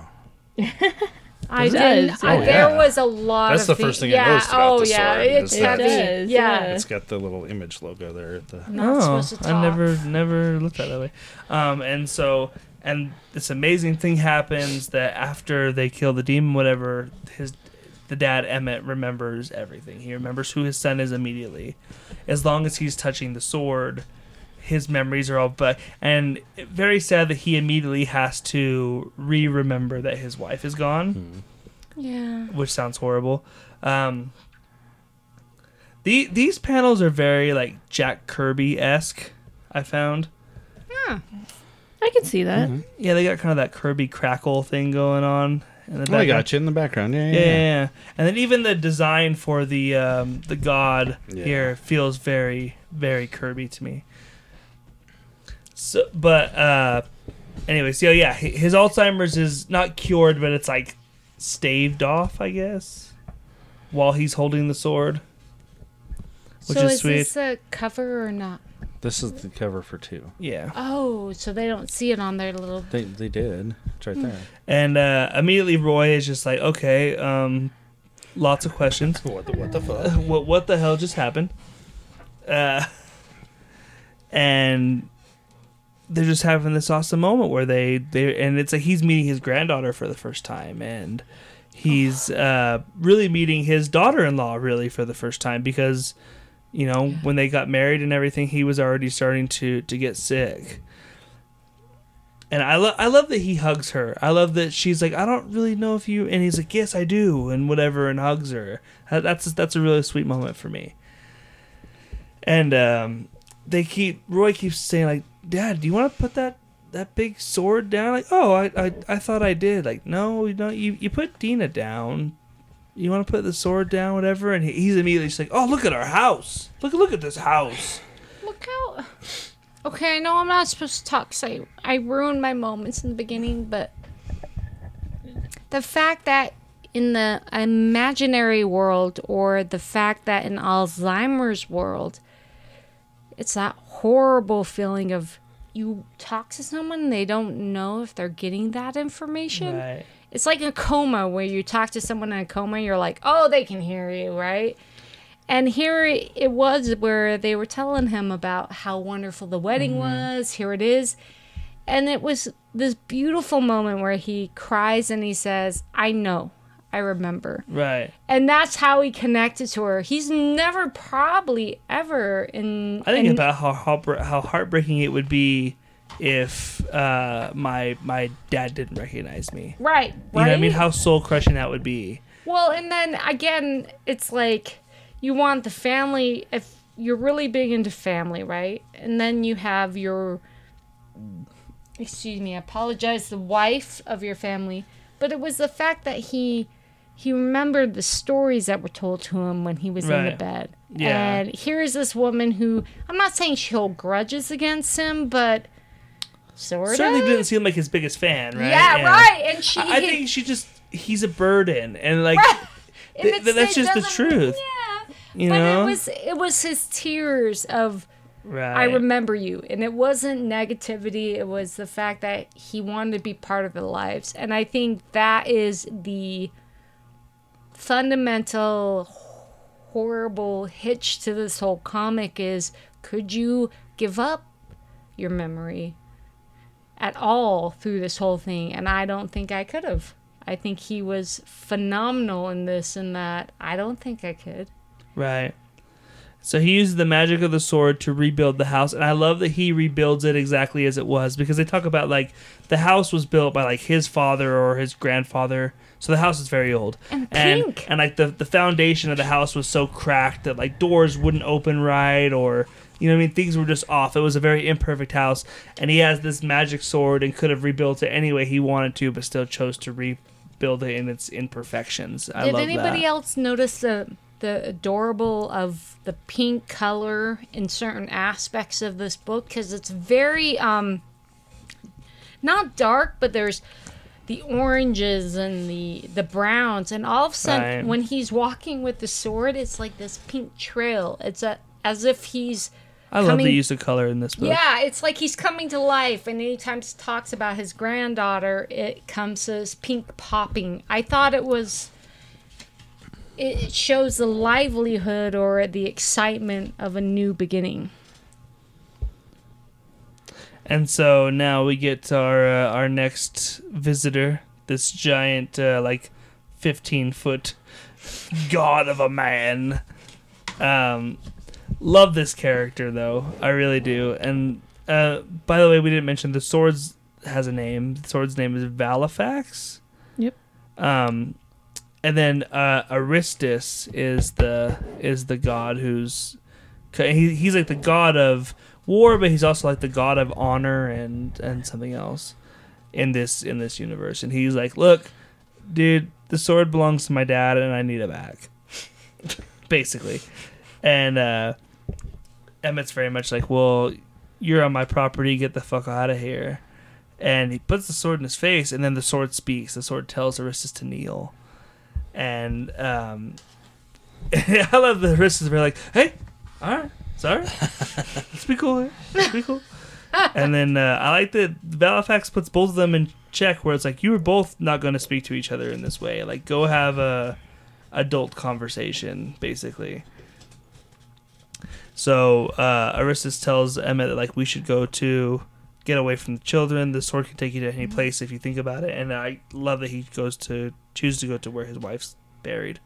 S3: I
S2: It
S3: didn't.
S2: does, Oh,
S3: I,
S2: yeah.
S3: There was a lot.
S4: That's
S3: of
S4: the first thing I
S3: yeah,
S4: noticed about
S3: oh
S4: the
S3: yeah,
S4: sword,
S3: it's
S4: is that
S3: heavy.
S2: it does,
S3: yeah.
S2: yeah.
S4: It's got the little image logo there. At the
S3: Not supposed to talk.
S1: I Oh, never never looked at it that way. Um, and so and this amazing thing happens that after they kill the demon, whatever his the dad Emmett remembers everything. He remembers who his son is immediately, as long as he's touching the sword. His memories are all but and very sad that he immediately has to re-remember that his wife is gone
S3: Yeah.
S1: which sounds horrible. Um, the these panels are very like Jack Kirby esque. I found.
S2: I can see that.
S1: Yeah, they got kind of that Kirby crackle thing going on. In the
S4: Oh, I
S1: background.
S4: got you in the background. Yeah,
S1: Yeah,
S4: yeah.
S1: yeah,
S4: yeah.
S1: yeah. and then even the design for the um, the god
S4: Yeah.
S1: here feels very very Kirby to me. So, but uh, anyway, so yeah, hi- his Alzheimer's is not cured, but it's like staved off, I guess, while he's holding the sword, which
S3: so
S1: is,
S3: is
S1: sweet.
S3: this a cover or not?
S4: This is the cover for two.
S1: Yeah.
S3: Oh, so they don't see it on their little.
S4: They they did. It's right there.
S1: And uh, immediately Roy is just like, okay, um, lots of questions. [LAUGHS]
S4: What the what the fuck?
S1: Hmm. what what the hell just happened? Uh, [LAUGHS] and they're just having this awesome moment where they they and it's like he's meeting his granddaughter for the first time and he's uh, really meeting his daughter-in-law really for the first time because you know when they got married and everything he was already starting to to get sick and I, lo- I love that he hugs her i love that she's like i don't really know if you and he's like yes i do and whatever and hugs her That- that's that's a really sweet moment for me and um they keep roy keeps saying like dad do you want to put that that big sword down like oh i i, I thought i did like no no you you put dina down you want to put the sword down whatever and he, he's immediately just like oh look at our house look look at this house
S3: Look out! Okay, I know I'm not supposed to talk, 'cause I I ruined my moments in the beginning, but the fact that in the imaginary world, or the fact that in Alzheimer's world, it's that horrible feeling of you talk to someone they don't know if they're getting that information.
S1: right
S3: It's like a coma where you talk to someone in a coma, you're like, oh, they can hear you, right? And here it it was where they were telling him about how wonderful the wedding
S1: Mm-hmm.
S3: was. Here it is. And it was this beautiful moment where he cries and he says, I know, I remember.
S1: right
S3: And that's how he connected to her. He's never probably ever in.
S1: I think
S3: in-
S1: about how heartbre- how heartbreaking it would be if uh, my my dad didn't recognize me.
S3: Right.
S1: You know what I mean?
S3: right?
S1: How soul crushing that would be.
S3: Well, and then again, it's like you want the family if you're really big into family, right? And then you have your excuse me, I apologize, the wife of your family, but it was the fact that he he remembered the stories that were told to him when he was in the
S1: Right.
S3: bed.
S1: Yeah.
S3: And here is this woman who I'm not saying she hold grudges against him, but sort
S1: Certainly
S3: of.
S1: didn't seem like his biggest fan, right?
S3: Yeah, right. And she
S1: I, I think she just he's a burden, and like
S3: if
S1: th-
S3: it's-
S1: th- that's
S3: it
S1: just the
S3: doesn't-
S1: truth,
S3: Yeah.
S1: you
S3: but
S1: know.
S3: it was it was his tears of
S1: right.
S3: I remember you, and it wasn't negativity. It was the fact that he wanted to be part of their lives, and I think that is the fundamental horrible hitch to this whole comic is could you give up your memory at all through this whole thing and i don't think i could have i think he was phenomenal in this and that i don't think i could
S1: Right. So he uses the magic of the sword to rebuild the house, and I love that he rebuilds it exactly as it was because they talk about like the house was built by like his father or his grandfather, so the house is very old.
S3: And
S1: and,
S3: pink.
S1: and like the the foundation of the house was so cracked that like doors wouldn't open right, or you know what I mean things were just off. It was a very imperfect house, and he has this magic sword and could have rebuilt it any way he wanted to, but still chose to rebuild it in its imperfections. I
S3: Did
S1: love
S3: anybody
S1: that.
S3: else notice the the adorable of the pink color in certain aspects of this book because it's very um not dark, but there's the oranges and the the browns and all of a sudden
S1: Right.
S3: when he's walking with the sword it's like this pink trail it's a, as if he's
S1: I love the
S3: coming-
S1: use of color in this book.
S3: yeah, it's like he's coming to life, and anytime he talks about his granddaughter, it comes as pink popping. I thought it was. It it shows the livelihood or the excitement of a new beginning.
S1: And so now we get our uh, our next visitor, this giant uh, like fifteen foot god of a man. Um, love this character though, I really do. And uh, by the way, we didn't mention the swords has a name. The sword's name is Valifax.
S2: Yep.
S1: Um, and then uh, Aristus is the is the god who's he, he's like the god of war, but he's also like the god of honor and and something else in this in this universe. And he's like, look, dude, the sword belongs to my dad, and I need it back, [LAUGHS] basically. And uh, Emmett's very much like, well, you're on my property, get the fuck out of here. And he puts the sword in his face, and then the sword speaks. The sword tells Aristus to kneel, and um, [LAUGHS] I love the Aristus are like, "Hey, all right, sorry, let's be cool here, let's be cool." and then uh, I like that Valifax puts both of them in check, where it's like you were both not going to speak to each other in this way. Like, go have a adult conversation, basically. So uh, Aristus tells Emmett that like we should go to get away from the children. The sword can take you to any place if you think about it. And I love that he goes to choose to go to where his wife's buried.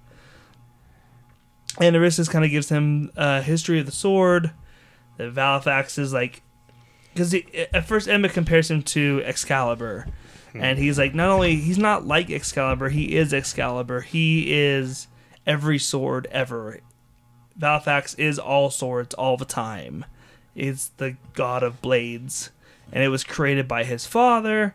S1: And Aristus kind of gives him uh, history of the sword. That Valifax is like, because at first Emma compares him to Excalibur, and he's like, not only he's not like Excalibur, he is Excalibur. He is every sword ever. Valifax is all swords all the time. It's the god of blades, and it was created by his father.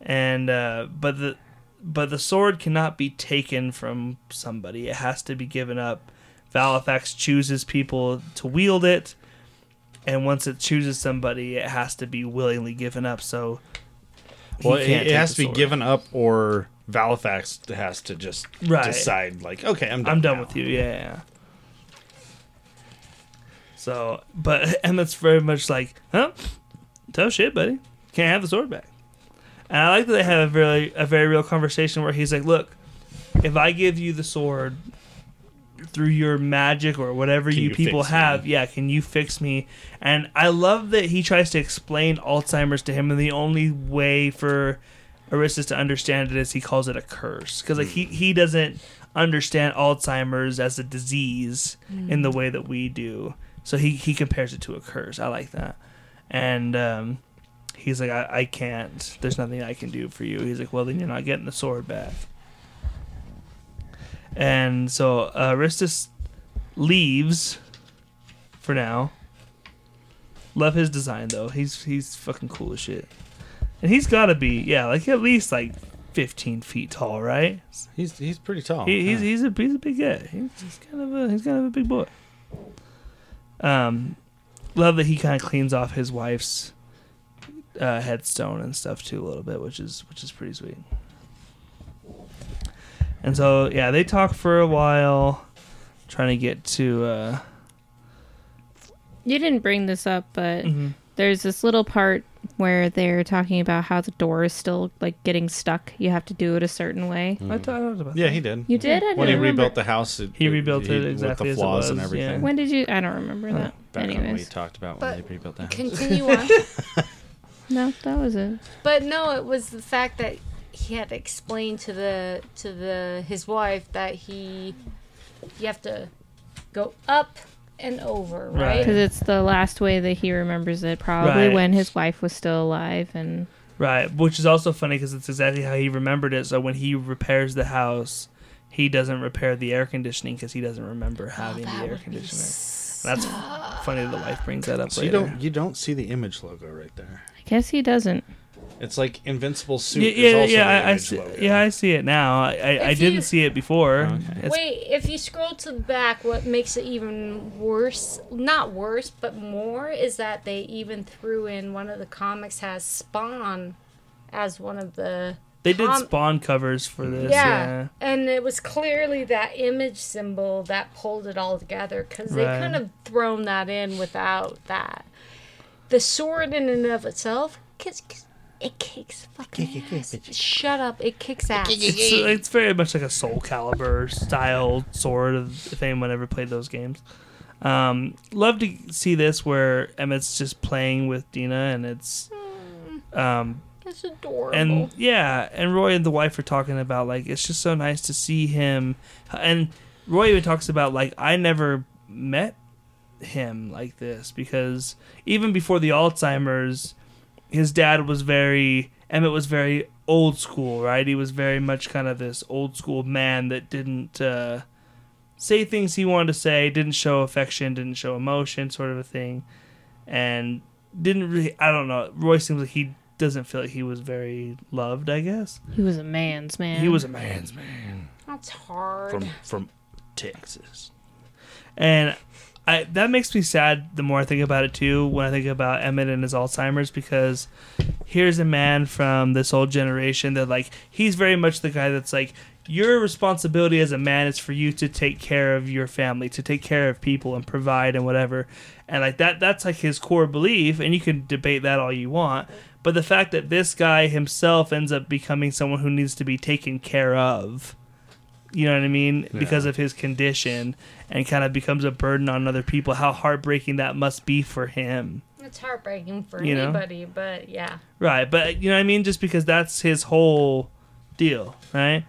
S1: And uh, but the but the sword cannot be taken from somebody. It has to be given up. Valifax chooses people to wield it, and once it chooses somebody, it has to be willingly given up. So he
S4: Well, it,
S1: can't
S4: it
S1: take
S4: has
S1: the
S4: to be
S1: sword.
S4: given up, or Valifax has to just
S1: Right.
S4: decide, like, okay, I'm done.
S1: I'm done
S4: now.
S1: with you. Yeah, yeah, yeah. So, but [LAUGHS] Emmett's very much like, huh? Tough shit, buddy. Can't have the sword back. And I like that they have a very, a very real conversation where he's like, look, if I give you the sword through your magic or whatever
S4: Can
S1: you,
S4: you
S1: people
S4: fix me?
S1: have, yeah, can you fix me? And I love that he tries to explain Alzheimer's to him, and the only way for Aristus to understand it is he calls it a curse because like he
S4: Hmm.
S1: he doesn't understand Alzheimer's as a disease in the way that we do. So he he compares it to a curse. I like that, and um, he's like, I, I can't. There's nothing I can do for you. He's like, well then you're not getting the sword back. And so uh, Aristus leaves for now. Love his design though. He's he's fucking cool as shit. And he's got to be yeah, like at least like 15 feet tall, right?
S4: He's he's pretty tall.
S1: He, he's
S4: yeah.
S1: he's a he's a big guy. He's, he's kind of a he's kind of a big boy. Um, love that he kind of cleans off his wife's uh, headstone and stuff too a little bit, which is which is pretty sweet. And so yeah, they talk for a while, trying to get to. Uh,
S2: You didn't bring this up, but
S1: Mhm.
S2: there's this little part where they're talking about how the door is still like getting stuck. You have to do it a certain way.
S1: I talked about
S4: yeah, he did.
S2: You did? I
S4: when he
S2: didn't remember.
S4: rebuilt the house, it,
S1: He rebuilt it exactly as
S4: with the
S1: it
S4: flaws and
S1: was,
S4: everything.
S1: yeah.
S2: When did you? I don't remember that.
S4: Back on what we
S2: Anyways,
S4: talked about when
S3: But
S4: they rebuilt the house.
S3: Continue on.
S2: no, that was it.
S3: [LAUGHS] but no, it was the fact that he had explained to the to the his wife that he you have to go up and over, right?
S1: Right.
S2: Because it's the last way that he remembers it, probably
S1: Right.
S2: when his wife was still alive. And
S1: Right, which is also funny because it's exactly how he remembered it. So when he repairs the house, he doesn't repair the air conditioning because he doesn't remember
S3: Oh,
S1: having the air conditioner. And That's funny that the wife brings that up
S4: So you
S1: later.
S4: don't you don't see the image logo right there.
S2: I guess he doesn't.
S4: It's like Invincible suit.
S1: yeah,
S4: is
S1: yeah,
S4: also
S1: yeah,
S4: the
S1: I, I
S4: image
S1: see,
S4: logo.
S1: yeah, I see it now. I, I, I
S3: If
S1: didn't
S3: you-
S1: see it before. It's-
S3: Wait, if you scroll to the back, what makes it even worse, not worse, but more, is that they even threw in one of the comics has Spawn as one of the.
S1: they did
S3: com-
S1: spawn covers for this.
S3: Yeah.
S1: Yeah.
S3: And it was clearly that image symbol that pulled it all together because they
S1: Right.
S3: kind of thrown that in without that. The sword in and of itself, kicks, it kicks fucking ass. Shut up, it kicks ass.
S1: [LAUGHS] It's, it's very much like a Soul Calibur style sword, of, if anyone ever played those games. Um, love to see this where Emmett's just playing with Dina and it's. Um,
S3: It's adorable.
S1: and yeah, and Roy and the wife are talking about like it's just so nice to see him, and Roy even talks about like I never met him like this because even before the Alzheimer's, his dad was very Emmett was very old school, right? He was very much kind of this old school man that didn't uh, say things he wanted to say, didn't show affection, didn't show emotion, sort of a thing, and didn't really. I don't know. Roy seems like he doesn't feel like he was very loved. I guess
S2: He was a man's man.
S1: he was
S2: [LAUGHS]
S1: a man's man
S3: That's hard.
S4: from from Texas.
S1: and. I, that makes me sad the more I think about it too when I think about Emmett and his Alzheimer's because here's a man from this old generation that like he's very much the guy that's like your responsibility as a man is for you to take care of your family to take care of people and provide and whatever and like that that's like his core belief and you can debate that all you want but the fact that this guy himself ends up becoming someone who needs to be taken care of you know what i mean because of his condition and kind of becomes a burden on other people how heartbreaking that must be for him
S3: It's heartbreaking for
S1: You know?
S3: anybody, but yeah.
S1: Right, but you know what I mean? Just because that's his whole deal, right?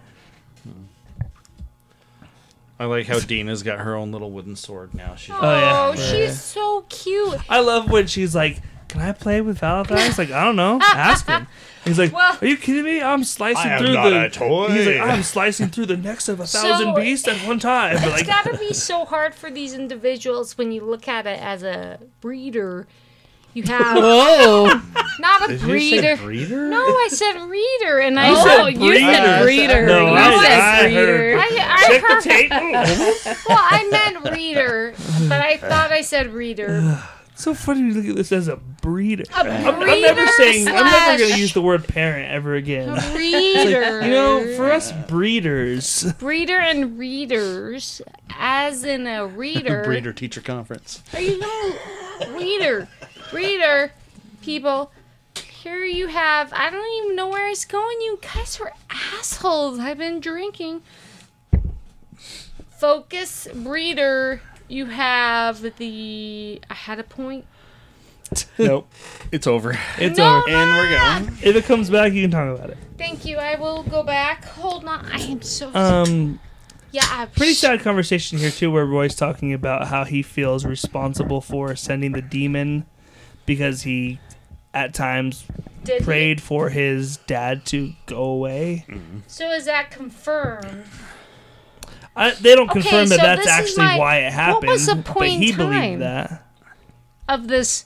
S4: I like how Dina's got her own little wooden sword now. She's
S1: Oh, yeah.
S3: Oh, she's so cute.
S1: I love when she's like, Can I play with
S3: [LAUGHS]
S1: Valentine's? Like, I don't know. Ask him. He's like,
S3: Well-
S1: Are you kidding me? I'm slicing
S4: I am
S1: through
S4: not
S1: the
S4: a toy."
S1: He's like, I'm slicing through the necks of a thousand
S3: So-
S1: beasts at one time. But
S3: It's
S1: like
S3: got to be so hard for these individuals when you look at it as a breeder. You
S1: [LAUGHS]
S3: have
S2: Whoa!
S3: not a breeder.
S4: breeder?
S3: No, I said reader, and I
S2: oh,
S3: said
S2: you said
S1: breeder.
S2: reader.
S1: No,
S2: you
S1: I-
S2: said
S1: I heard-
S2: reader.
S3: I, I
S1: check the
S3: heard,
S1: tape. Mm.
S3: well, I meant reader, but I thought I said reader.
S1: It's so funny you look at this as a breeder.
S3: A
S1: I'm, I'm never
S3: breeder
S1: saying I'm never gonna
S3: slash-
S1: use the word parent ever again.
S3: Breeder.
S1: You know, for us breeders,
S3: breeder and readers, as in a reader.
S4: [LAUGHS] breeder teacher conference.
S3: Are you gonna reader, reader, people? Here you have. I don't even know where it's going. You guys are assholes. I've been drinking. Focus breeder. You have the. I had a point.
S4: [LAUGHS] nope, it's over.
S1: it's
S3: No,
S1: over.
S4: And we're going.
S1: If it comes back, you can talk about it.
S3: Thank you. I will go back. Hold on. I am so.
S1: Um,
S3: yeah. I,
S1: pretty sad conversation here too where roy's talking about how he feels responsible for sending the demon because he at times
S3: Did he-
S1: prayed for his dad to go away
S3: So is that confirmed?
S1: I, they don't
S3: Okay,
S1: confirm that
S3: so
S1: that's
S3: this is
S1: actually
S3: like-
S1: why it
S3: what
S1: happened
S3: was the
S1: but
S3: point in
S1: he
S3: time?
S1: believed that
S3: of this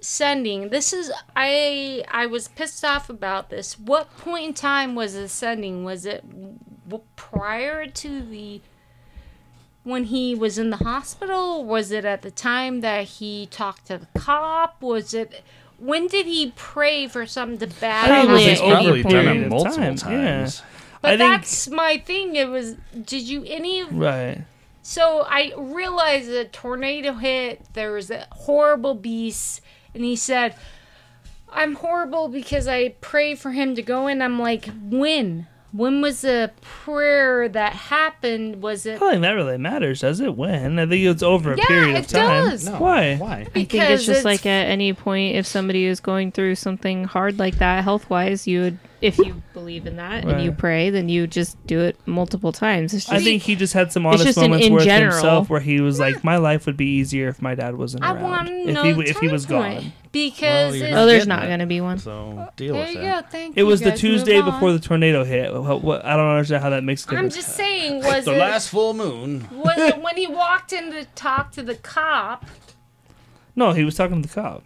S3: sending this is i i was pissed off about this what point in time was the sending was it w- prior to the when he was in the hospital was it at the time that he talked to the cop was it when did he pray for something to bad
S1: I think it was an
S2: Probably at
S1: over
S2: any
S4: Probably
S2: point.
S4: done
S1: period
S4: it
S1: of
S4: multiple
S1: time,
S4: times.
S1: yeah.
S3: but
S1: i think
S3: that's my thing it was did you any of
S1: right
S3: So I realized the tornado hit. There was a horrible beast, and he said, "I'm horrible because I prayed for him to go in." I'm like, when? When was the prayer that happened? Was it
S1: I don't think that really matters, does it? When I think it's over a
S3: Yeah,
S1: period of
S3: it
S1: time.
S3: does. No.
S1: Why?
S4: Why?
S2: I think it's
S3: because
S2: just like at any point, if somebody is going through something hard like that health wise, you would if you believe in that and you
S1: Right.
S2: pray, then you just do it multiple times. It's
S1: I
S2: just
S1: think he just had some honest
S2: just in-
S1: moments
S2: in
S1: with
S2: general.
S1: himself where he was like, "My life would be easier if my dad wasn't
S3: I
S1: around.
S3: want to
S1: if
S3: know
S1: he
S3: the
S1: w- if he
S3: time
S1: was
S3: point,
S1: gone."
S3: because
S4: Well, you're
S3: it's-
S2: oh, there's
S4: Getting
S2: not
S4: it.
S2: going to be one.
S4: So deal
S3: there
S4: with
S3: you
S4: that.
S3: go. Thank
S1: It
S3: you
S1: was the
S3: guys. Move
S1: Tuesday
S3: on.
S1: before the tornado hit. What, what, I don't understand how that makes.
S3: I'm
S1: difference.
S3: just
S1: [LAUGHS]
S3: saying, was
S4: The
S3: it
S4: last full moon.
S3: was it when he walked in to talk to the cop?
S1: no. He was talking to the cop.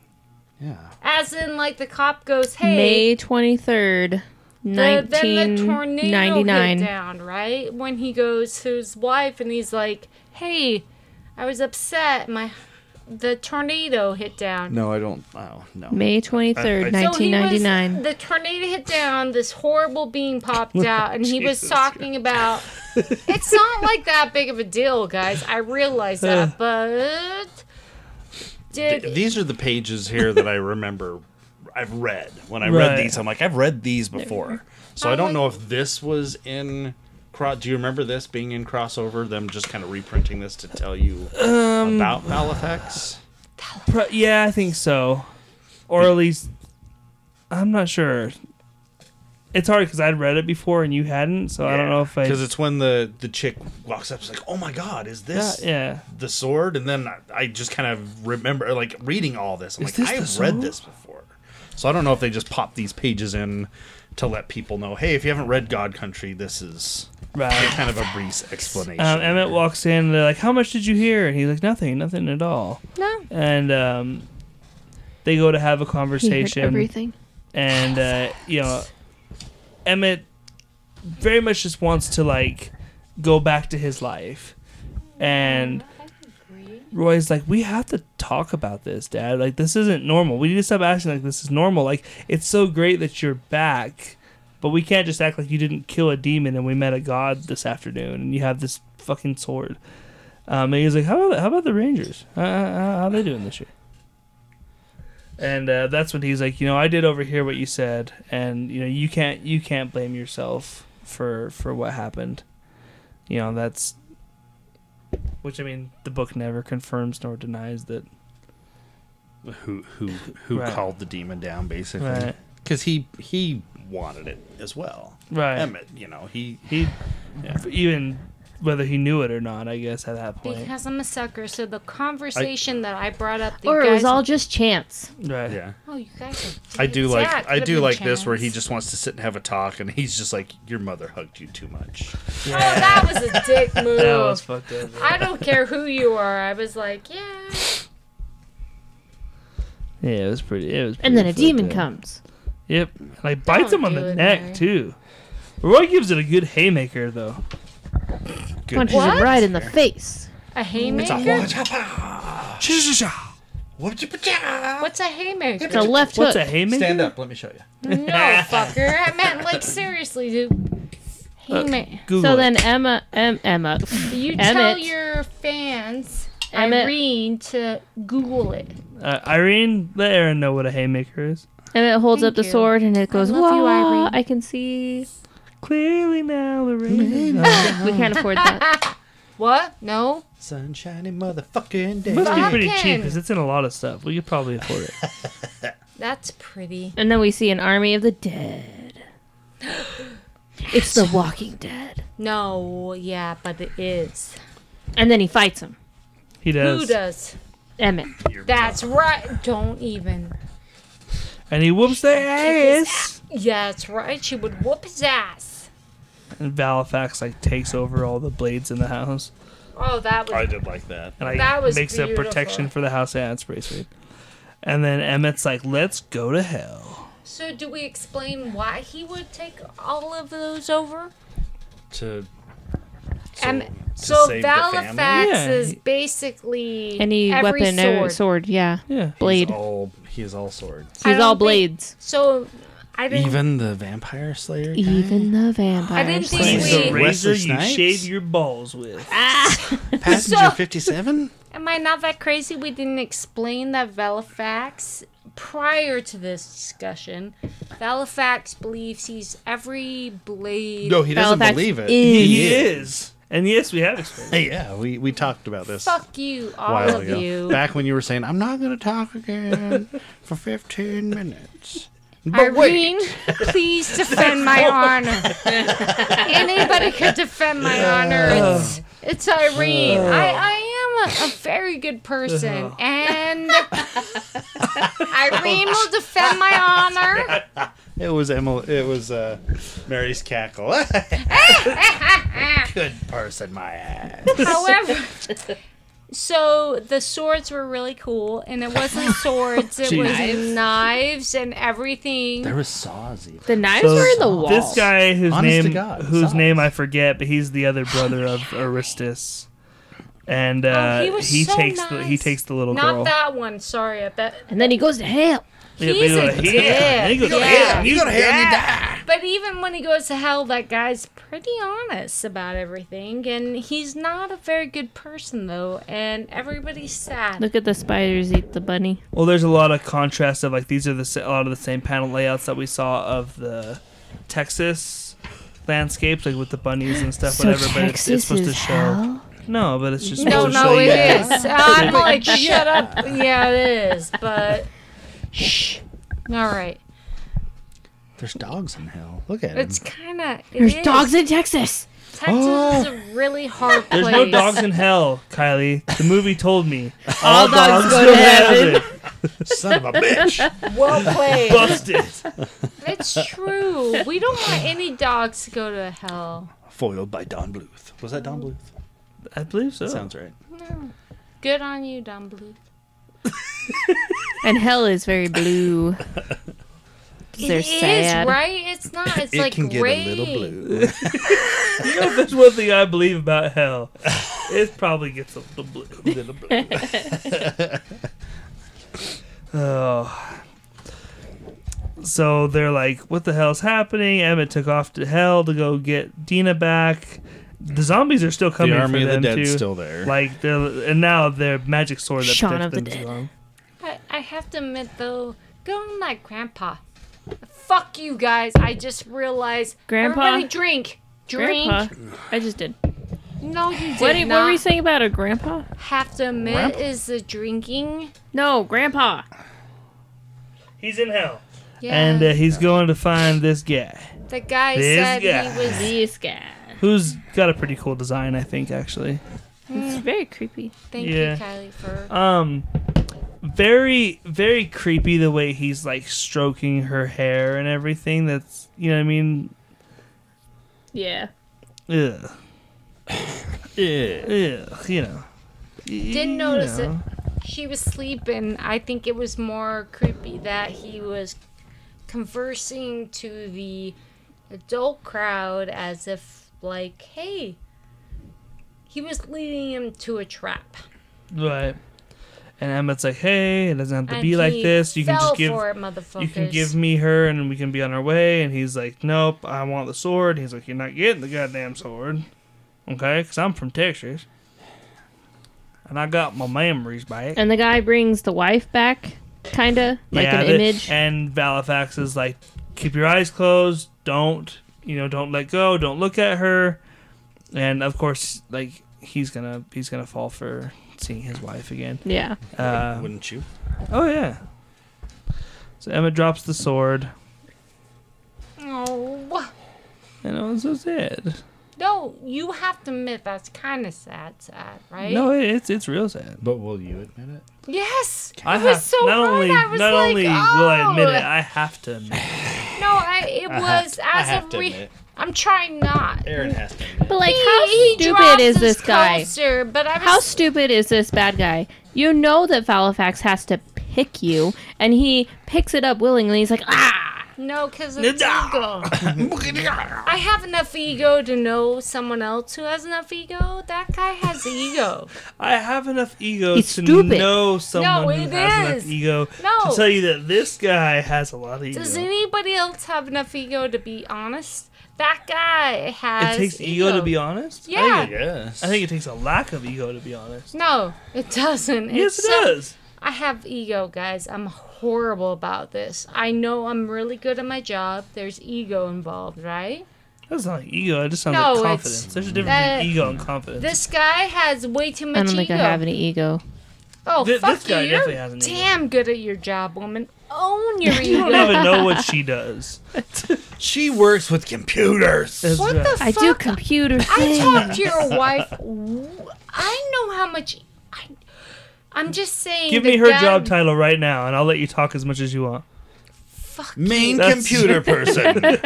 S4: Yeah.
S3: As in, like the cop goes, "Hey,
S2: May 23rd,
S3: the, then the tornado hit
S2: 1999.
S3: down, right? When he goes to his wife and he's like, "Hey, I was upset. My the tornado hit down."
S4: No, I don't. Oh no.
S2: May 23rd,
S4: I-
S3: So he was-
S2: 1999.
S3: the tornado hit down. This horrible beam popped out, and he was
S1: Jesus.
S3: talking about. it's not like that big of a deal, guys. I realize that, but
S4: Th-
S3: did
S4: these are the pages here that I remember. [LAUGHS] I've read when I
S1: Right.
S4: read these. I'm like, I've read these before, so I don't know if this was in. Cro- Do you remember this being in crossover? Them just kind of reprinting this to tell you
S1: Um,
S4: about Malefex.
S1: Pro- yeah, I think so, or at least I'm not sure. It's hard because I'd read it before and you hadn't, so I don't know if I.
S4: because it's when the the chick walks up, she's like, "Oh my god, is
S1: yeah,
S4: this
S1: yeah.
S4: the sword?" And then I, I just kind of remember like reading all this. I'm
S1: Is this
S4: like,
S1: the
S4: I've read
S1: sword?"
S4: this before, so I don't know if they just popped these pages in to let people know, "Hey, if you haven't read God Country, this is."
S1: right.
S4: kind of a brief explanation.
S1: Um, Emmett walks in. and They're like, "How much did you hear?" And he's like, "Nothing, nothing at all."
S3: no?
S1: And um, they go to have a
S2: He heard
S1: conversation.
S2: everything.
S1: and uh, you know Emmett very much just wants to like go back to his life and Roy's like we have to talk about this dad like this isn't normal we need to stop acting like this is normal like it's so great that you're back but we can't just act like you didn't kill a demon and we met a god this afternoon and you have this fucking sword um, and he's like how about, how about the rangers uh, uh, how are they doing this year and uh, that's when he's like, you know, I did overhear what you said, and you know, you can't you can't blame yourself for for what happened. You know, that's which I mean, the book never confirms nor denies that.
S4: who who who
S1: Right.
S4: called the demon down basically
S1: Right,
S4: because he he wanted it as well.
S1: right.
S4: Emmett, you know he
S1: He even whether he knew it or not, I guess at that point.
S3: Because I'm a sucker. So the conversation that I brought up, that
S2: Or
S3: you
S2: it was
S3: guys-
S2: all just chance.
S1: right.
S4: yeah.
S3: Oh, you guys. Are
S4: I do like
S3: Yeah, it
S4: I
S3: could've
S4: do
S3: been
S4: like this where
S3: chance.
S4: he just wants to sit and have a talk, and he's just like, "Your mother hugged you too much."
S3: Oh, that was a
S4: [LAUGHS]
S3: dick move.
S1: That was fucked up.
S3: I don't care who you are. I was like, yeah.
S1: Yeah, it was pretty. It was.
S2: And then a
S1: pretty fucked
S2: demon
S1: up.
S2: comes.
S1: Yep, like bites
S3: Don't
S1: him on
S3: do
S1: the
S3: it,
S1: neck
S3: Mary.
S1: too. Roy gives it a good haymaker though.
S4: Good.
S2: Punches him
S3: What?
S2: right in the face.
S3: A
S4: It's
S3: haymaker.
S4: a
S3: What's a haymaker?
S2: It's a left
S1: What's a
S2: hook.
S1: haymaker?
S4: Stand up. Let me show you.
S3: No, fucker.
S4: [LAUGHS]
S3: I meant like seriously, dude. Hey, man.
S1: Google
S2: So
S1: it.
S2: then Emma, em, Emma,
S3: You tell
S2: Emmett.
S3: your fans,
S2: Emmett.
S3: Irene, to Google it.
S1: Uh, Irene, let Aaron know what a haymaker is.
S2: Emma holds
S3: Thank
S2: up the
S3: you.
S2: sword and it goes,
S3: love you,
S2: "Wah,
S3: Irene."
S2: I can see."
S1: Clearly now the rain.
S2: We can't afford that.
S3: What? No.
S4: Sunshiny motherfucking
S1: It must
S4: day.
S1: be pretty
S3: Fucking-
S1: cheap because it's in a lot of stuff. We could probably afford it.
S3: That's pretty.
S2: [LAUGHS] And then we see an army of the dead.
S3: [GASPS]
S2: It's the Walking Dead.
S3: No. Yeah, but it is.
S2: And then he fights him.
S1: He
S3: Who
S1: does.
S3: does?
S2: Emmett.
S3: That's right. Don't even.
S1: And he whoops their ass.
S3: Yeah, that's right. She would whoop his ass.
S1: And Valifax like takes over all the blades in the house
S3: Oh, that
S4: I
S3: was.
S4: did like that.
S1: and like
S3: That was
S1: makes
S3: beautiful.
S1: a protection for the house. Yeah, it's pretty sweet. And then Emmett's like, "Let's go to hell."
S3: So, do we explain why he would take all of those over?
S4: To
S3: And
S4: to
S3: so
S4: save the
S3: Valifax
S4: family?
S1: Yeah.
S3: is basically
S2: Any
S3: every
S2: weapon
S3: sword.
S2: or sword, yeah.
S1: Yeah.
S2: Blade.
S4: He's all he is all sword.
S3: I
S2: He's
S3: don't
S2: all
S3: think-
S2: blades.
S3: So I didn't.
S4: Even the vampire slayer. guy?
S2: Even the vampire.
S3: I didn't think
S2: slayer.
S1: He's the
S3: Wait.
S1: razor
S4: Wesley
S1: you
S4: Snipes?
S1: shave your balls with.
S4: Passenger fifty seven.
S3: Am I not that crazy? We didn't explain that Valifax prior to this discussion. Valifax believes he's every blade.
S4: No, he doesn't
S2: Valifax
S4: believe it.
S2: is-
S1: He is. And yes, we have explained.
S4: Hey, yeah, we we talked about this.
S3: Fuck you,
S4: a
S3: all
S4: While
S3: of
S4: ago.
S3: [LAUGHS] you.
S4: Back when you were saying, I'm not going to talk again for 15 minutes.
S3: Irene,
S1: [LAUGHS]
S3: please defend my honor. Anybody could defend my honor. It's, it's Irene. I, I am a, a very good
S1: [LAUGHS]
S3: person, and Irene will defend my
S1: [LAUGHS]
S3: honor.
S4: It was Emily. It was uh, Mary's cackle. [LAUGHS] Good person, my ass.
S3: However, so the swords were really cool, and it
S1: [LAUGHS]
S3: wasn't swords; it was knives and everything.
S4: There was saws even.
S2: The knives
S1: So
S2: were in the wall.
S1: This guy whose
S4: Honest to
S1: name
S4: God,
S1: whose
S4: Socks.
S1: name I forget, but he's the other brother of
S3: [SIGHS]
S1: Aristus. And uh,
S3: Oh, he was
S1: he
S3: so
S1: takes the he
S3: nice.
S1: takes the little
S3: Not
S1: girl.
S3: that one. Sorry, I bet.
S2: and then he goes to hell.
S1: Yeah,
S3: He's
S1: they go
S3: a
S1: to hell.
S3: dick.
S1: They go to
S3: Yeah.
S1: hell. You-
S3: But even when he goes to hell, that guy's pretty honest about everything, and he's not a very good person though, and everybody's sad.
S2: Look at the spiders eat the bunny.
S1: Well, there's a lot of contrast of like these are the sa- a lot of the same panel layouts that we saw of the Texas landscapes, like with the bunnies and stuff, whatever. But it's, it's supposed to show. No, but it's just supposed
S3: no,
S1: to
S3: no,
S1: show you.
S3: it is.
S2: [LAUGHS]
S3: I'm like, shut up. Yeah, it is. But shh. All right.
S4: There's dogs in hell. Look at
S3: It's
S4: it.
S3: kind of.
S2: There's dogs in Oh. Texas.
S3: Texas is a really hard place.
S1: There's no dogs in hell, Kylie. The movie told
S3: [LAUGHS]
S1: me.
S2: All dogs go to heaven.
S4: Son of a bitch.
S3: Well played.
S1: Busted.
S3: it's true. We don't want any dogs to go to hell.
S4: Foiled by Don Bluth. Was that Don Bluth?
S1: I believe so.
S4: Sounds right.
S3: Good on you, Don Bluth.
S2: And hell is very
S3: [LAUGHS]
S2: blue. 'Cause
S3: It
S2: They're
S3: is,
S2: sad.
S3: right? It's not. It's
S4: it
S3: like
S4: can get
S3: gray.
S4: a little blue.
S3: [LAUGHS]
S1: You know, if there's one thing I believe about hell, it probably gets a little blue.
S4: little blue.
S1: Oh. So they're like, what the hell's happening? Emmett took off to hell to go get Dina back. The zombies are still coming
S4: The army
S1: for
S4: of the
S1: them
S4: dead's
S1: too.
S4: still there.
S1: Like they're and now their magic sword that
S2: Shaun
S1: protects
S2: of the
S1: them too
S2: Dead.
S1: long.
S3: But I have to admit, though, going like Grandpa. Fuck you guys. I just realized.
S2: Grandpa?
S3: Everybody drink. Drink.
S2: Grandpa. I just did.
S3: No, you did
S2: What, did- what
S3: not.
S2: were you saying about her grandpa?
S3: have to admit
S4: Grandpa?
S3: is the drinking.
S2: No, grandpa.
S1: He's in hell.
S3: Yeah.
S1: And uh, he's going to find this guy
S3: the guy
S1: this
S3: said
S1: guy.
S3: he was.
S2: This guy.
S1: who's got a pretty cool design, I think, actually.
S2: It's very creepy.
S3: Thank
S1: Yeah.
S3: you, Kylie, for.
S1: um very very creepy the way he's like stroking her hair and everything that's you know what i mean
S2: Yeah.
S1: Ugh.
S4: yeah.
S1: Ugh. you know
S3: Didn't notice it. She was sleeping. I think it was more creepy that he was conversing to the adult crowd as if, like, hey, he was leading him to a trap.
S1: it right and emmett's like hey it doesn't have to
S3: And
S1: be like
S3: he
S1: this you can
S3: fell
S1: just give
S3: for it, motherfuckers.
S1: you can give me her and we can be on our way and he's like nope i want the sword he's like you're not getting the goddamn sword okay because i'm from texas and i got my memories back
S2: And the guy brings the wife back, kinda like an
S1: the-
S2: image.
S1: And Valifax is like, keep your eyes closed. Don't you know? Don't let go. Don't look at her. And of course, like he's gonna he's gonna fall for seeing his wife again.
S2: yeah.
S1: Uh,
S4: Wouldn't you?
S1: oh yeah. So Emma drops the sword.
S3: Oh,
S1: And I was so sad.
S3: no, you have to admit that's kind of sad, sad, right?
S1: No, it, it's it's real sad.
S4: But will you admit it?
S3: Yes,
S1: I
S3: it was so
S1: not
S3: hard.
S1: only
S3: I was
S1: not
S3: like,
S1: only
S3: oh.
S1: will I admit it, I have to admit. It.
S3: No, I, it
S4: I have
S3: was
S4: to- I have
S3: as
S4: to
S3: a re-
S4: admit.
S3: I'm trying not.
S4: Aaron has
S3: [LAUGHS]
S4: to admit
S2: But like,
S3: He-
S2: how
S3: he
S2: stupid
S3: dropped
S2: is
S3: his
S2: this guy?
S3: coaster, but I was,
S2: How stupid is this bad guy? You know that Falifax has to pick you, and he picks it up willingly. He's like, ah,
S3: no, because it's
S1: Nah.
S3: ego.
S4: it.
S3: I have enough ego to know someone else who has enough ego. That guy
S1: [LAUGHS]
S3: has ego.
S1: I have enough ego
S2: It's
S1: to
S2: stupid.
S1: know someone
S3: No,
S1: who
S3: it
S1: has
S3: is.
S1: enough ego
S3: No.
S1: to tell you that this guy has a lot of ego.
S3: Does anybody else have enough ego to be honest? That guy
S1: It
S3: has.
S1: takes ego to be honest. I
S3: Yeah.
S1: think, it,
S4: yes.
S1: I think it takes a lack of ego to be honest.
S3: No, it doesn't.
S1: Yes,
S3: It's
S1: it
S3: so-
S1: does.
S3: I have ego, guys. I'm horrible about this. I know I'm really good at my job. There's ego involved, right?
S1: That's not like ego. It just sounds
S3: No,
S1: like
S3: it's-
S1: confidence. There's a difference between
S3: Uh,
S1: ego and confidence.
S3: This guy has way too
S2: I
S3: much
S2: don't think
S3: ego.
S2: I have any ego.
S3: Oh,
S1: Th-
S3: fuck
S1: this guy
S3: you.
S1: definitely
S3: You're
S1: has an ego.
S3: damn good at your job, woman. Own your
S1: [LAUGHS] You don't
S3: ego.
S1: even know what
S3: [LAUGHS]
S1: she does.
S4: She works with computers.
S1: That's
S3: what
S1: right.
S3: the
S2: I
S3: fuck?
S2: do computer
S3: I
S2: things.
S3: talked to
S2: [LAUGHS]
S3: your wife. W- I know how much. I, I'm just saying.
S1: Give
S3: the
S1: me her
S3: guy-
S1: job title right now, and I'll let you talk as much as you want.
S3: Fuck you.
S4: Main
S1: That's-
S4: [LAUGHS] computer person.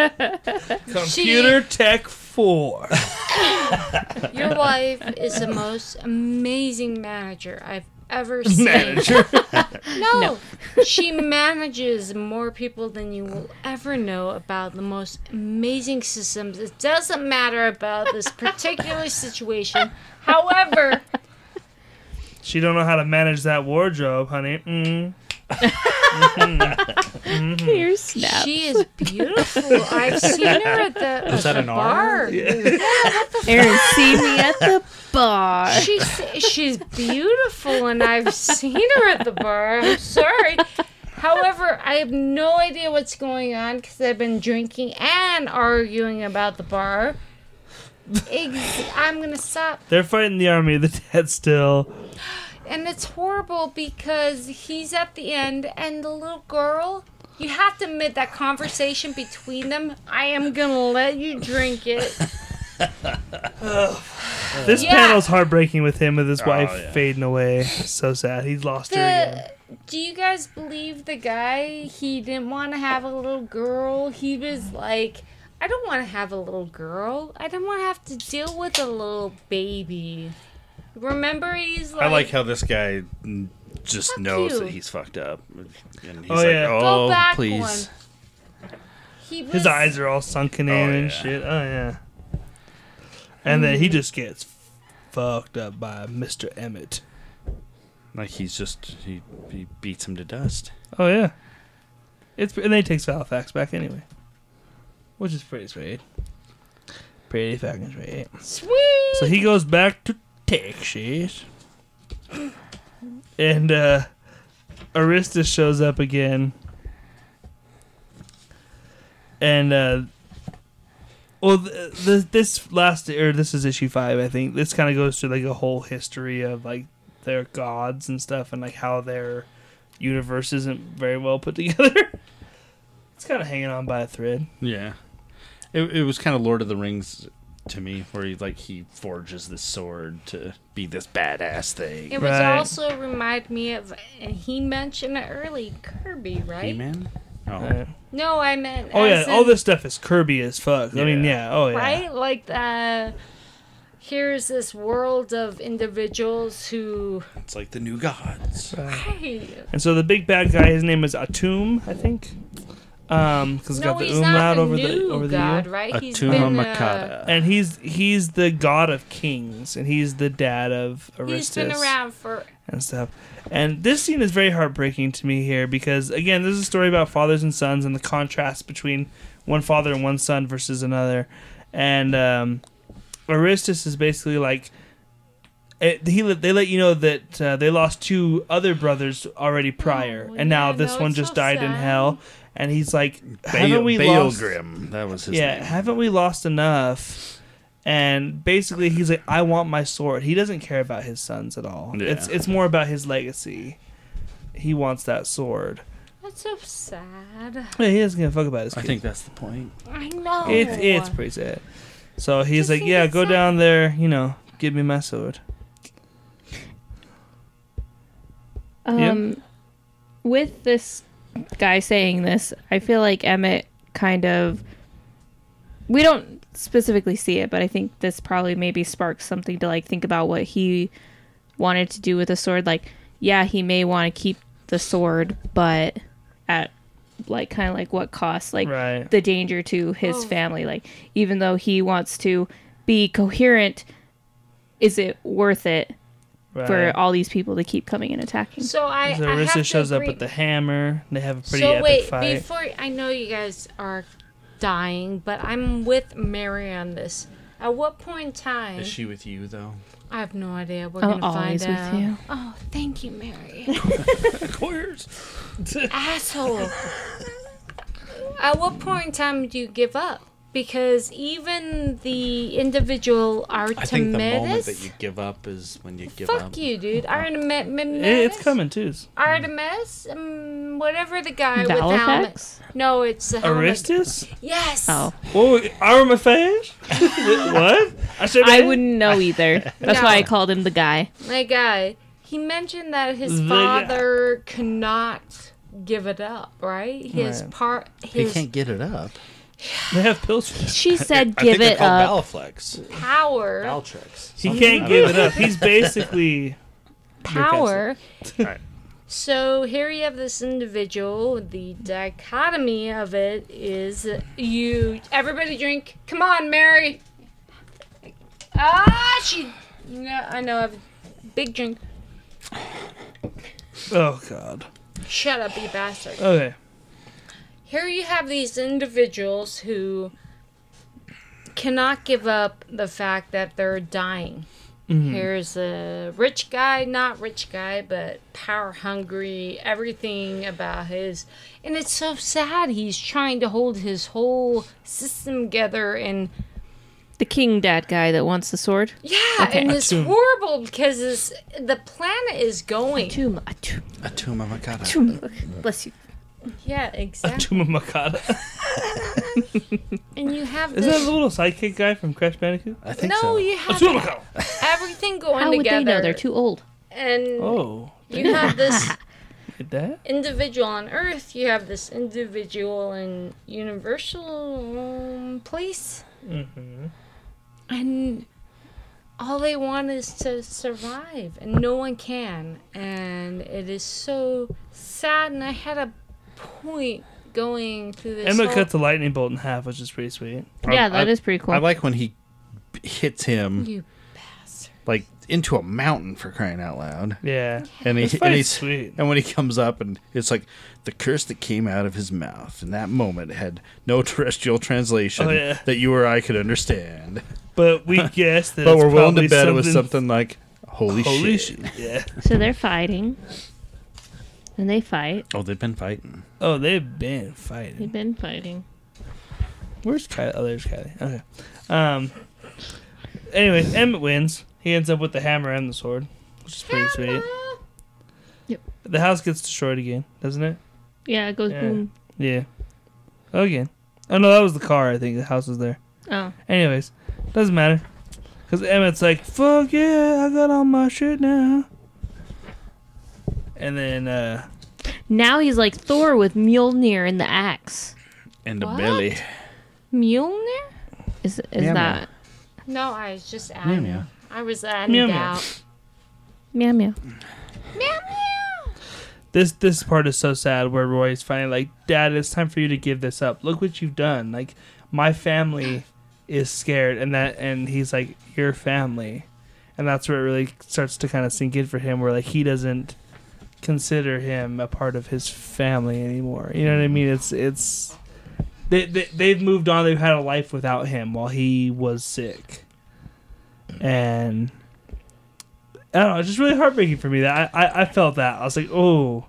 S1: Computer Tech 4. [LAUGHS]
S3: Your wife is the most amazing manager I've
S1: [LAUGHS]
S3: ever seen.
S1: Manager.
S3: No, she manages more people than you will ever know about the most amazing systems. It doesn't matter about this particular situation. However,
S1: she don't know how to manage that wardrobe, honey. Mm.
S2: Here, snap.
S3: she is beautiful. I've seen her at the,
S4: Is that
S3: at the
S4: an
S3: bar.
S4: R?
S2: Aaron, see me at the bar. [LAUGHS]
S3: She's she's beautiful, and I've seen her at the bar. I'm sorry. However, I have no idea what's going on because I've been drinking and arguing about the bar. Ex- I'm gonna stop,
S1: They're fighting the army of the dead still.
S3: and it's horrible because he's at the end, and the little girl. You have to admit that conversation between them. I am gonna let you drink it.
S1: This
S3: Yeah.
S1: panel's heartbreaking with him with his wife
S4: yeah.
S1: fading away. So sad. He's lost her again.
S3: the do you guys believe the guy he didn't want to have a little girl he was like i don't want to have a little girl i don't want to have to deal with a little baby remember he's like,
S4: I like how this guy mm, just
S3: Fuck
S4: knows
S3: you.
S4: that he's fucked up. And he's
S1: Oh,
S4: like,
S1: yeah.
S3: Go
S4: oh,
S3: back
S4: please.
S3: one. he was,
S1: His eyes are all sunken in
S4: Oh,
S1: and
S4: yeah.
S1: shit. Oh, yeah. And then he just gets fucked up by Mr. Emmett.
S4: Like he's just, he, he beats him to dust.
S1: Oh, yeah. It's And then he takes Halifax back anyway. Which is pretty sweet. Pretty fucking sweet.
S3: sweet
S1: So he goes back to Texas. And uh Arista shows up again. And uh well th- th- this last or this is issue 5 I think. This kind of goes through like a whole history of like their gods and stuff and like how their universe isn't very well put [LAUGHS] together. it's kind of hanging on by a thread.
S4: Yeah, it, it was kind of Lord of the Rings to me, where he like he forges this sword to be this badass thing.
S3: it was
S1: Right.
S3: also remind me of and he mentioned it early kirby right
S4: He man. Oh,
S1: Right.
S3: no i meant
S1: Oh yeah,
S3: as
S1: all
S3: in-
S1: this stuff is Kirby as fuck. I mean,
S4: Yeah.
S1: yeah. Oh yeah.
S3: right? Like the here's this world of individuals
S1: [SIGHS]
S3: who
S4: it's like the new gods.
S3: hey,
S1: And so the big bad guy, his name is Atum, I think. Um, because
S3: no,
S1: got the
S3: he's
S1: umlaut
S3: not a
S1: over
S3: new
S1: the over
S3: god,
S1: the U.
S3: right? He's
S4: Atuma
S3: been uh,
S4: Makata.
S1: And he's he's the god of kings, and he's the dad of
S3: he's been
S1: Aristus
S3: around for
S1: and stuff. And this scene is very heartbreaking to me here because again, this is a story about fathers and sons and the contrast between one father and one son versus another. And um, Aristus is basically like it, he let- they let you know that uh, they lost two other brothers already prior,
S3: Oh,
S1: and now
S3: yeah,
S1: this
S3: no,
S1: one
S3: it's
S1: just
S3: so
S1: died in
S3: sad.
S1: hell. And he's like,
S4: Bael,
S1: haven't we lost?
S4: Baelgrim, that was his
S1: yeah,
S4: name.
S1: haven't we lost enough? And basically, he's like, I want my sword. He doesn't care about his sons at all.
S4: Yeah.
S1: It's it's more about his legacy. He wants that sword.
S3: that's so sad.
S1: Yeah, he doesn't give a fuck about his.
S4: I
S1: kids.
S4: think that's the point.
S3: I know.
S1: it's it's pretty sad. So he's
S3: Oh, Just
S1: like,
S3: think
S1: yeah,
S3: it's
S1: go
S3: sad."
S1: down there. You know, give me my sword.
S2: Um, with this guy saying this, I feel like Emmett kind of. We don't specifically see it, but I think this probably maybe sparks something to like think about what he wanted to do with the sword. Like, yeah, he may want to keep the sword, but at like kind of like what cost? Like
S1: Right.
S2: the danger to his
S3: Oh.
S2: family. Like, even though he wants to be coherent, is it worth it
S1: Right.
S2: for all these people to keep coming and attacking?
S3: So I,
S1: so
S3: I have to
S1: Arisa shows
S3: agree.
S1: up with the hammer. They have a pretty
S3: so
S1: epic
S3: wait
S1: fight.
S3: before I know you guys are dying, but I'm with Mary on this. At what point in time?
S4: Is she with you though?
S3: I have no idea. We're
S2: I'm
S3: gonna find
S2: always with
S3: out.
S2: you.
S3: Oh, thank you, Mary.
S4: Of course.
S3: asshole. At what point in time do you give up? because even the individual
S4: I think the moment that
S3: Artemis.
S4: you give up is when you give
S3: Fuck
S4: up. Uh-huh.
S3: you, dude. Artemis.
S1: It, it's coming too.
S3: Artemis, um, whatever the guy with helmet.
S2: Dalafax?
S3: No, it's the helmet.
S1: Aristus?
S3: Yes.
S2: Oh,
S1: Oh,
S3: [LAUGHS]
S1: Aramaphage? what? I said
S2: I wouldn't know either. That's why I
S3: No.
S2: called him the guy.
S3: My guy. He mentioned that his
S1: The guy.
S3: father cannot give it up, right? His
S1: Right.
S3: part
S5: He
S3: his
S5: can't get it up.
S1: They have pills. for that.
S2: She said,
S4: I think
S2: "Give
S4: they're
S2: it up."
S4: called Balaflex.
S3: power
S4: Baltrix.
S1: He can't give it
S5: [LAUGHS]
S1: up. He's basically
S3: power.
S4: Right.
S3: So here you have this individual. The dichotomy of it is you. Everybody drink. Come on, Mary. Ah, she. No, I know. I've big drink.
S1: Oh god.
S3: Shut up, you bastard.
S1: Okay.
S3: here you have these individuals who cannot give up the fact that they're dying. Here's a rich guy, not rich guy, but power hungry, everything about his. And it's so sad. He's trying to hold his whole system together and
S2: The king dad guy that wants the sword.
S3: yeah, and it's
S1: Achoo.
S3: horrible because it's, the planet is going.
S2: Tomb. a tomb-
S5: A tomb of Makata.
S2: tomb. Bless you.
S3: Yeah, exactly.
S1: Tuma Makata.
S3: And you have this
S1: Isn't that the little sidekick guy from Crash Bandicoot?
S5: I think
S3: No,
S5: so.
S3: you have
S1: Tuma Makata.
S3: everything going
S2: How would
S3: together.
S2: they know? They're too old.
S3: and
S1: Oh,
S3: you have this
S1: did that?
S3: individual on Earth, you have this individual in Universal um, place,
S1: Mm-hmm.
S3: and all they want is to survive, and no one can, and it is so sad. And I had a point going through this.
S1: Emma
S3: whole-
S1: cuts a lightning bolt in half, which is pretty sweet.
S4: Um,
S2: yeah,
S5: that is.
S2: that is pretty cool.
S5: I like when he b- hits him
S3: You bastard!
S5: like into a mountain for crying out loud,
S1: Yeah.
S5: and he
S1: This
S5: and
S1: fight's
S5: he's
S1: sweet.
S5: and when he comes up and it's like the curse that came out of his mouth in that moment had no [LAUGHS] terrestrial translation
S1: Oh, yeah.
S5: that you or I could understand, [LAUGHS]
S1: But we guessed that.
S5: but
S1: it's
S5: we're willing to
S1: probably
S5: bet it was something like holy,
S1: Holy
S5: shit.
S1: shit! Yeah.
S2: so they're fighting, and they fight.
S5: Oh, they've been fighting.
S1: Oh, they've been
S2: They've
S1: fighting.
S2: been fighting.
S1: Where's Kylie? Oh, there's Kylie. Okay. Um. Anyway, Emmett wins. He ends up with the hammer and the sword, which is pretty sweet. The house gets destroyed again, doesn't it?
S2: Yeah, it goes
S1: Yeah.
S2: boom.
S1: Yeah. Oh, again. Oh no, that was the car. I think the house was there.
S2: Oh,
S1: Anyways, doesn't matter. Because Emmett's like, fuck yeah, I got all my shit now. And then, uh,
S2: now he's like Thor with Mjolnir and the axe.
S5: And the
S3: What?
S5: belly.
S3: Mjolnir?
S2: Is is
S5: Meow, meow.
S2: that
S3: No, I was just adding.
S5: meow.
S3: I was adding
S1: Meow,
S3: meow,
S1: meow.
S3: doubt.
S2: meow meow?
S3: Meow meow.
S1: this this part is so sad where Roy's finally like, Dad, it's time for you to give this up. Look what you've done. Like, my family is scared, and that, and he's like, your family, and that's where it really starts to kind of sink in for him, where like he doesn't consider him a part of his family anymore. You know what I mean? It's it's they, they they've moved on. They've had a life without him while he was sick, and. I don't know. It's just really heartbreaking for me that I, I, I felt that. I was like, oh,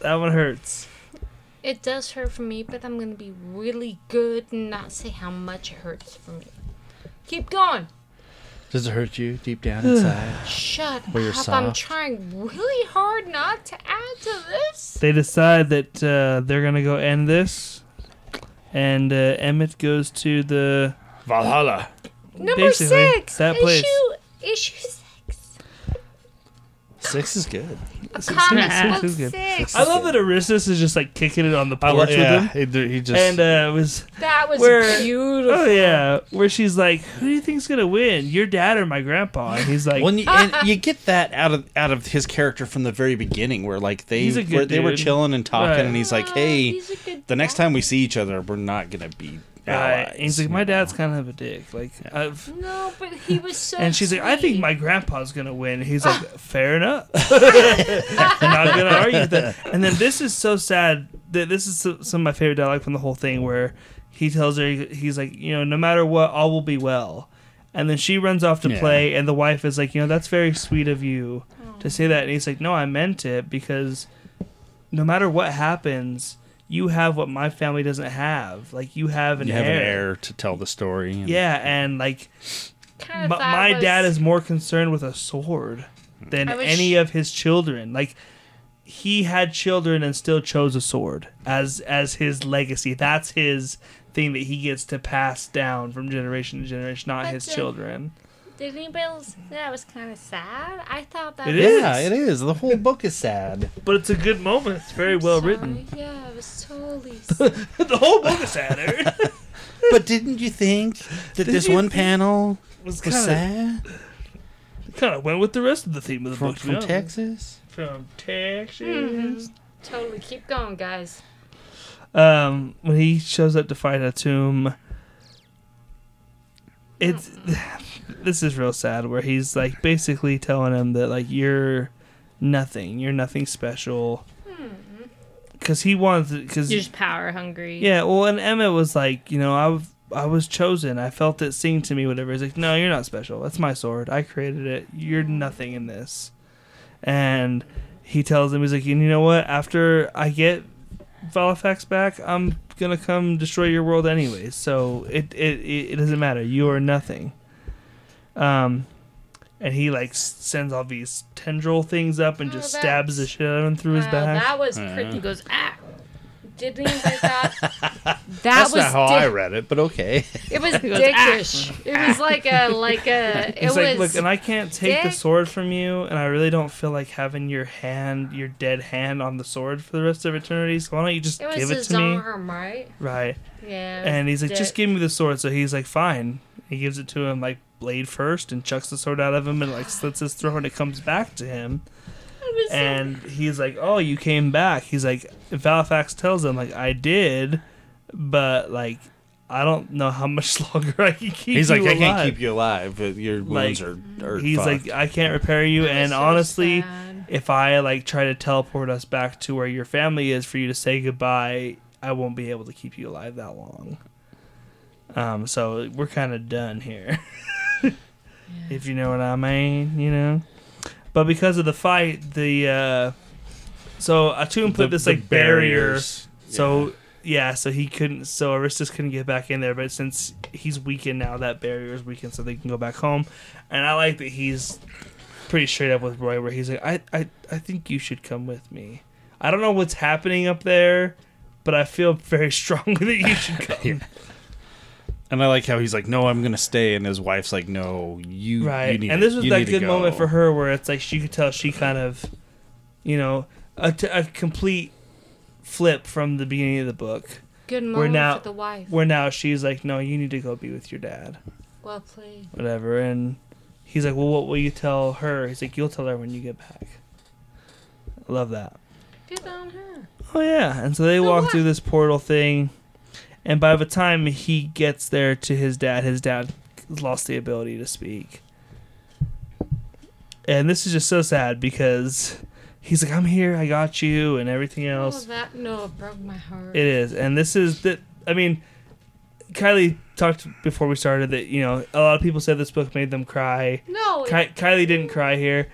S1: that one hurts.
S3: It does hurt for me, but I'm gonna be really good and not say how much it hurts for me. Keep going.
S5: Does it hurt you deep down
S1: [SIGHS]
S5: inside?
S3: Shut
S5: Well, you're
S3: up. I'm
S5: soft.
S3: trying really hard not to add to this.
S1: They decide that uh, they're gonna go end this, and uh, Emmett goes to the
S4: Valhalla.
S3: Number
S1: basically
S3: six.
S1: that place.
S3: Issue, issue six.
S5: Six is good.
S3: Comic
S2: six,
S3: book
S1: six, good. [LAUGHS]
S3: six.
S1: I love that Aristus is just like kicking it on the
S5: I
S1: porch
S5: yeah,
S1: with him,
S5: He, d- he just
S1: and uh,
S5: [LAUGHS]
S1: it was
S3: That was
S1: Where-
S3: beautiful.
S1: oh yeah, where she's like, who do you think's gonna win, your dad or my grandpa? And he's like,
S4: Well, and you, and
S1: [LAUGHS]
S4: you get that out of out of his character from the very beginning, where like they
S1: He's a good
S4: where they were
S1: dude.
S4: chilling and talking,
S1: Right.
S4: and he's like,
S3: Ah,
S4: "Hey,
S3: he's a good
S4: the next
S3: guy.
S4: time we see each other, we're not gonna be
S1: Right.
S4: allies."
S1: And he's like, my dad's kind of a dick, like. I've,
S3: No, but
S1: [LAUGHS]
S3: he was so.
S1: and she's like, I think
S3: sweet. Ah.
S1: my grandpa's gonna win. He's like, fair
S3: [LAUGHS]
S1: enough. I'm not gonna argue with that. And then this is so sad. That this is so- some of my favorite dialogue from the whole thing, where he tells her, he's like, you know, no matter what, all will be well. And then she runs off to
S5: Yeah.
S1: play, and the wife is like, you know, that's very sweet of you to say that. And he's like, no, I meant it because no matter what happens, you have what my family doesn't have. Like you have an
S5: You
S1: heir.
S5: have an heir to tell the story. and-
S1: Yeah, and like
S3: Kind
S1: m-
S3: of thought
S1: my
S3: was-
S1: dad is more concerned with a sword than
S3: I wish-
S1: any of his children. Like he had children and still chose a sword as as his legacy. That's his thing that he gets to pass down from generation to generation, not
S3: But
S1: his
S3: the-
S1: children.
S3: Did anybody else? That was kind of sad. I thought that.
S1: It
S3: was,
S1: is.
S5: Yeah, it is. The whole book is sad.
S1: But it's a good moment. It's very well written.
S3: Sorry. Yeah, it was
S1: [LAUGHS]
S3: totally. sad.
S1: the whole book is sad. Eric.
S5: But didn't you think that
S1: Did
S5: this
S1: you
S5: one
S1: think-
S5: panel
S1: It was
S5: was
S1: kind
S5: sad
S1: of kind of went with the rest of the theme of the
S5: from,
S1: book. to be
S5: from
S1: honest.
S5: Texas?
S1: From Texas.
S3: Mm-hmm. totally. Keep going, guys.
S1: um, when he shows up to fight Atum, it's [SIGHS] this is real sad. Where he's like basically telling him that like you're nothing, you're nothing special, because he wants because
S2: You're just power hungry.
S1: yeah. Well, and Emma was like, you know, I w- I was chosen. I felt it sing to me. Whatever. He's like, no, you're not special. That's my sword. I created it. You're nothing in this. And he tells him, he's like, and you know what? After I get Valifax back, I'm gonna come destroy your world anyway. So it it it, it doesn't matter. You are nothing. Um. And he like s- sends all these tendril things up and
S3: Oh,
S1: just
S3: that's-
S1: stabs the shit out of him through his
S3: Wow,
S1: back.
S3: That was
S5: Yeah.
S3: pretty.
S2: He goes ah.
S3: Did anybody thought
S1: [LAUGHS]
S3: that
S5: That's
S3: was
S5: not how I
S3: dick-
S5: read it, but okay.
S3: It was
S2: goes, "Ah."
S3: dickish. It was like a like a. It
S1: [LAUGHS] He's like,
S3: was
S1: look, and I can't take the
S3: dick.
S1: sword from you, and I really don't feel like having your hand, your dead hand, on the sword for the rest of eternity. So why don't you just
S3: it was
S1: give it
S3: his
S1: to me?
S3: arm, right?
S1: Right.
S3: Yeah. it was
S1: And he's like,
S3: dick.
S1: just give me the sword. So he's like, fine. He gives it to him like blade first, and chucks the sword out of him, and like slits his throat, and it comes back to him.
S3: It was so-
S1: And he's like, oh, you came back. He's like, Valifax tells him like, I did, but like, I don't know how much [LAUGHS] longer I can keep.
S5: He's like,
S1: you
S5: I can't [LAUGHS]
S1: alive."
S5: keep you alive. Your wounds
S1: Like,
S5: are, are
S1: He's
S5: fucked."
S1: like, I can't repair you,
S3: That
S1: and
S3: is so
S1: honestly,
S3: sad.
S1: if I like try to teleport us back to where your family is for you to say goodbye, I won't be able to keep you alive that long. Um, so we're kind of done here, [LAUGHS] if you know what I mean, you know. But because of the fight, the uh, so Atum put
S5: The-
S1: this
S5: the
S1: like barrier.
S5: barriers.
S1: So yeah, so he couldn't. So Aristus couldn't get back in there. But since he's weakened now, that barrier is weakened, so they can go back home. And I like that he's pretty straight up with Roy, where he's like, I, I, I think you should come with me. I don't know what's happening up there, but I feel very [LAUGHS] strongly that
S5: [LAUGHS]
S1: you should come.
S5: And I like how he's like, no, I'm gonna stay, and his wife's like, no, you,
S1: Right.
S5: you need
S1: and
S5: to-
S1: this was
S5: you
S1: that
S5: need to
S1: good
S5: go."
S1: moment for her where it's like she could tell she kind of, you know, a, t- a complete flip from the beginning of the book
S3: good moment
S1: now-
S3: for the wife.
S1: where now she's like no you need to go be with your dad
S3: Well played.
S1: whatever. And he's like, "Well, what will you tell her?" He's like, "You'll tell her when you get back." I love that.
S3: Good on her.
S1: Oh yeah, and so they walk
S3: what?
S1: through this portal thing, and by the time he gets there to his dad, his dad has lost the ability to speak. And this is just so sad because he's like, "I'm here, I got you," and everything
S3: Oh,
S1: else.
S3: that no, it broke my heart.
S1: It is, and this is that. I mean, Kylie talked before we started that you know a lot of people said this book made them cry.
S3: no, it-
S1: Ky- Kylie didn't cry here,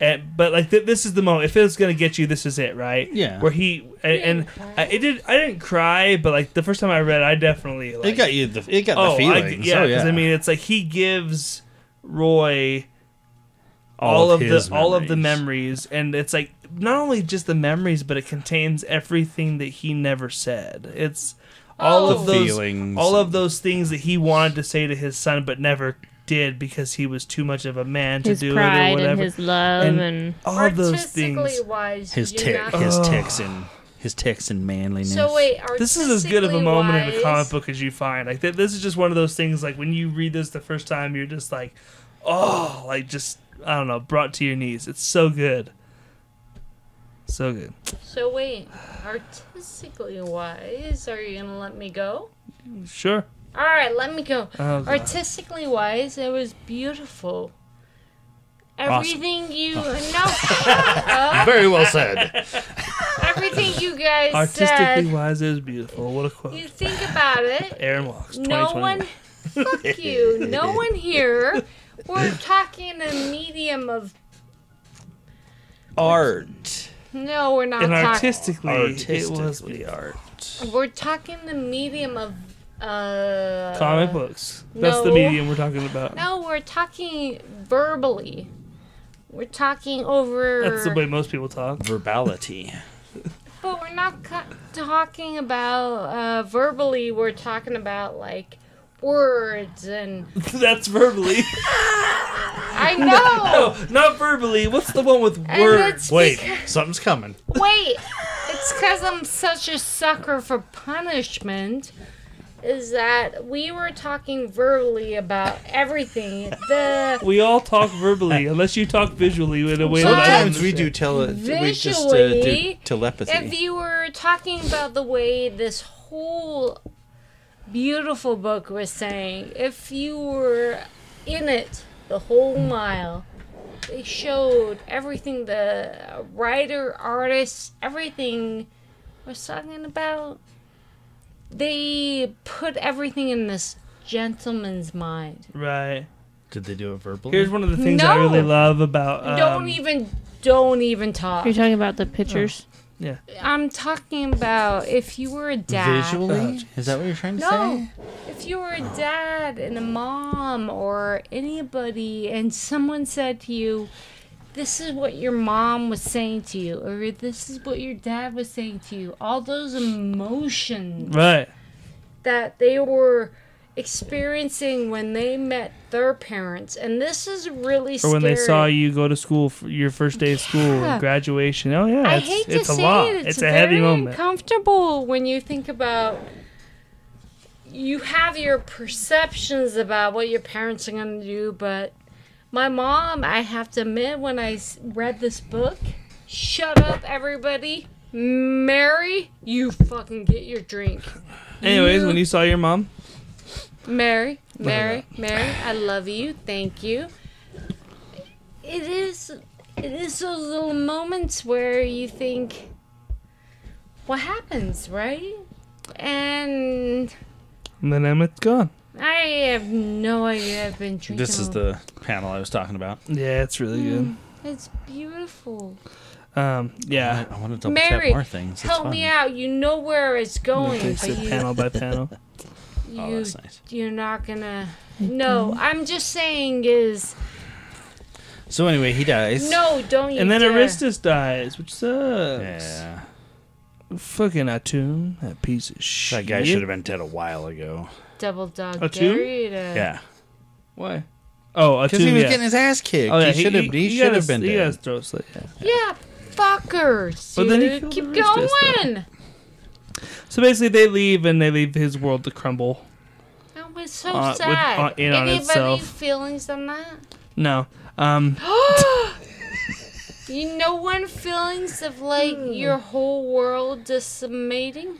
S1: and, but like th- this is the moment. If it's gonna get you, this is it, right?
S5: Yeah.
S1: Where he and, and I, it did. I didn't cry, but like the first time I read, I definitely like,
S5: It got you. The, it got
S1: oh
S5: the
S1: I-
S5: feeling.
S1: yeah,
S5: oh,
S1: because I mean it's like he gives Roy all, of, the
S5: his
S1: all of the memories, and it's like not only just the memories, but it contains everything that he never said. It's all
S3: Oh.
S1: of
S5: The
S1: those
S5: feelings.
S1: all of those things that he wanted to say to his son, but never did because he was too much of a man to
S2: His
S1: do it or
S2: pride
S1: whatever.
S2: and his love
S1: And-
S2: and,
S1: all those things.
S3: Artistically wise,
S5: his
S3: you're
S5: tick,
S3: not-
S5: his
S1: Ugh.
S5: Texan, his Texan manliness.
S3: So wait,
S1: This is as good of a
S3: artistically
S1: moment in a comic
S3: wise-
S1: book as you find. Like th- this is just one of those things. Like when you read this the first time, you're just like, oh, like just I don't know, brought to your knees. It's so good, so good.
S3: So wait, artistically wise, are you gonna let me go?
S1: Sure.
S3: All right, let me go.
S1: Oh, God.
S3: Artistically wise, it was beautiful.
S5: Awesome.
S3: Everything you
S1: Oh.
S3: [LAUGHS] no, shut
S1: [LAUGHS]
S3: up.
S5: Very well [LAUGHS] said.
S3: everything you guys
S1: Artistically
S3: said.
S1: wise, it was beautiful. What a quote.
S3: You think about it.
S1: Aaron Walks.
S3: No
S1: 2021.
S3: one, fuck you.
S1: [LAUGHS]
S3: No one here. We're talking a medium of.
S5: Art.
S3: No, we're not
S1: And
S3: talking.
S1: artistically, it was
S5: Artistically.
S1: the art.
S3: We're talking the medium of uh
S1: Comic books. That's the
S3: no.
S1: medium we're talking about.
S3: No, we're talking verbally. We're talking over
S1: That's the way most people talk. [LAUGHS]
S4: Verbality.
S3: But we're not co- talking about uh, verbally. We're talking about like words and
S1: That's verbally. [LAUGHS]
S3: I know.
S1: No, not verbally. What's the one with
S3: And
S1: words?
S3: it's
S4: Wait, something's coming.
S3: Wait, it's because I'm such a sucker for punishment. Is that we were talking verbally about everything? The
S1: We all talk verbally, unless you talk visually in a way that I
S4: Sometimes
S1: understand.
S4: we do tele- we just uh, do
S3: Visually, if
S4: telepathy.
S3: you were talking about the way this whole beautiful book was saying, if you were in it the whole mile, they showed everything the writer, artist, everything was talking about. They put everything in this gentleman's mind.
S1: Right.
S5: Did they do it verbally?
S1: Here's one of the things I really
S3: No.
S1: love about. Um,
S3: don't even, don't even talk.
S2: You're talking about the pictures.
S3: I'm talking about if you were a dad.
S5: Uh, Is that what you're trying to
S3: No. If you were a dad and a mom or anybody, and someone said to you, This is what your mom was saying to you, or this is what your dad was saying to you, all those emotions
S1: Right.
S3: that they were experiencing when they met their parents. And this is really
S1: Or
S3: scary.
S1: when they saw you go to school for your first day of school,
S3: Yeah.
S1: and graduation. Oh yeah,
S3: I
S1: it's,
S3: hate
S1: it's
S3: to
S1: a
S3: say
S1: lot.
S3: it,
S1: It's,
S3: it's,
S1: a heavy
S3: very
S1: moment.
S3: uncomfortable when you think about you have your perceptions about what your parents are going to do, but my mom, I have to admit, when I s- read this book, shut up, everybody. Mary, you fucking get your drink.
S1: Anyways, when you saw your mom,
S3: Mary, Mary, Mary, I love you. Thank you. It is it is those little moments where you think what happens, right? And
S1: and then Emmett's gone.
S3: I have no idea I've been drinking.
S4: This is
S3: all-
S4: the panel I was talking about.
S1: Yeah, it's really
S3: Mm. It's beautiful.
S1: good. Um, yeah.
S4: I want to double
S3: Mary,
S4: tap more things. It's
S3: Help
S4: fun.
S3: me out. You know where it's going,
S1: Takes
S3: but
S1: it
S3: you
S1: panel by
S3: [LAUGHS]
S1: panel.
S4: Oh,
S3: you
S4: that's nice.
S3: you're not gonna No, I'm just saying is
S5: So anyway, he dies.
S3: no, don't you
S1: And then
S3: dare.
S1: Aristus dies, which sucks.
S4: Yeah,
S1: Fucking Atum, that piece of shit.
S5: That guy should have been dead a while ago.
S3: double dog
S1: A two?
S3: Dorito.
S5: Yeah.
S1: Why? Oh,
S5: Because he
S1: Atum,
S5: was
S1: yeah.
S5: getting his ass kicked.
S1: Oh, yeah,
S5: he should have. He,
S1: got
S5: should have
S1: his-
S5: been
S1: He got his
S5: dead.
S1: throat slit, yeah.
S3: Yeah, fuckers.
S1: But then he
S3: dude.
S1: killed
S3: keep
S1: the rest of us, though.
S3: going.
S1: So basically, they leave and they leave his world to crumble.
S3: That was so
S1: Uh, with-
S3: sad.
S1: uh, in on
S3: Anybody
S1: itself.
S3: feelings
S1: [GASPS]
S3: on that?
S1: No, um, [GASPS]
S3: You know when feelings of like
S1: Hmm.
S3: your whole world decimating?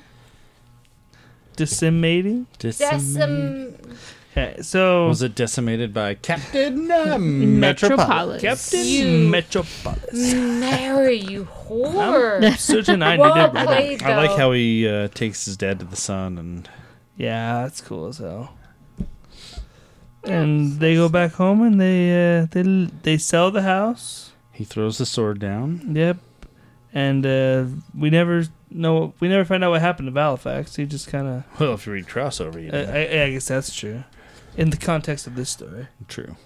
S1: decimating.
S3: Decim
S1: Okay, so
S4: was it decimated by Captain? uh,
S5: Did not
S2: Metropolis.
S1: Captain
S3: You-
S1: Metropolis.
S3: Mary, you
S1: [LAUGHS] I'm
S3: whore. [LAUGHS]
S1: certain I did
S3: Well
S1: it right.
S3: played,
S4: I like
S3: though.
S4: how he uh, takes his dad to the sun and
S1: Yeah, that's cool as hell. And they go back home and they uh, they they sell the house.
S4: he throws the sword down.
S1: Yep. And uh, we never know. We never find out what happened to Valifax. He just kind of.
S4: Well, if you read crossover, you
S1: I, I, I guess that's true. In the context of this story.
S4: True.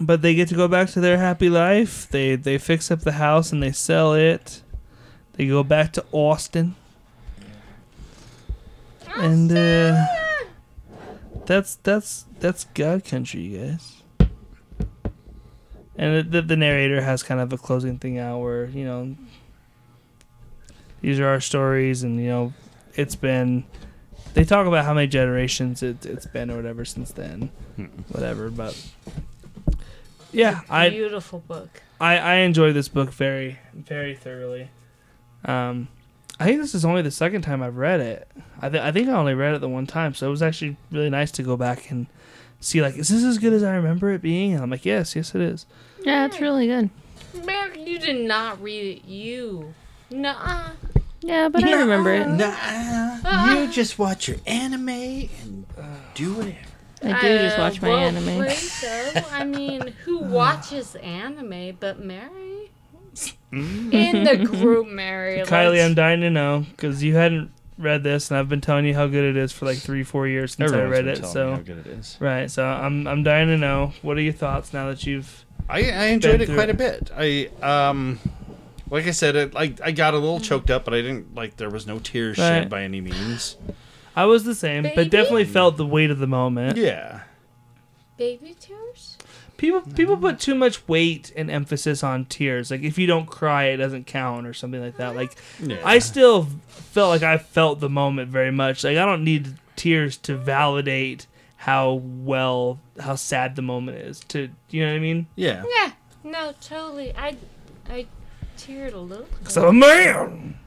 S1: But they get to go back to their happy life. They they fix up the house and they sell it. They go back to Austin. And uh, that's that's that's God country, you guys. And the, the narrator has kind of a closing thing out where you know these are our stories, and you know it's been. They talk about how many generations it, it's been or whatever since then, whatever. But yeah, I
S3: Beautiful book.
S1: I, I enjoy this book very, very thoroughly. Um, I think this is only the second time I've read it. I, th- I think I only read it the one time, so it was actually really nice to go back and see, like, is this as good as I remember it being? And I'm like, yes, yes, it is.
S2: Yeah, it's really good.
S3: Mary, you did not read it. You. Nuh-uh.
S2: Yeah, but I remember it.
S5: Nah, you just watch your anime and
S4: uh,
S5: do whatever.
S2: I do just watch my
S3: Uh,
S1: Uh,
S3: well,
S2: anime. [LAUGHS]
S3: played, though. I mean, who watches anime but Mary? in the
S2: [LAUGHS]
S3: group, Mary.
S1: Mm-hmm. Kylie, I'm
S3: let's-
S1: dying to know because you hadn't read this, and I've been telling you how good it is for like three, four years since
S4: Everyone's
S1: I read
S4: been
S1: it.
S4: telling
S1: So
S4: me how good it is.
S1: right, so I'm I'm dying to know. What are your thoughts now that you've?
S4: I, I enjoyed
S1: Been
S4: it
S1: through
S4: quite
S1: it.
S4: a bit. I um, like I said, it like I got a little choked up, but I didn't like there was no tears
S1: Right.
S4: shed by any means.
S1: I was the same,
S3: Baby?
S1: but definitely felt the weight of the
S4: Uh,
S1: moment.
S4: Yeah,
S3: baby tears.
S1: People people put too much weight and emphasis on tears. Like if you don't cry, it doesn't count or something like that. Like
S4: yeah.
S1: I still felt like I felt the moment very much. Like I don't need tears to validate how well how sad the moment is. To you know what I mean?
S4: yeah.
S3: Yeah, no, totally. I, I teared a little.
S1: Cause I'm a man.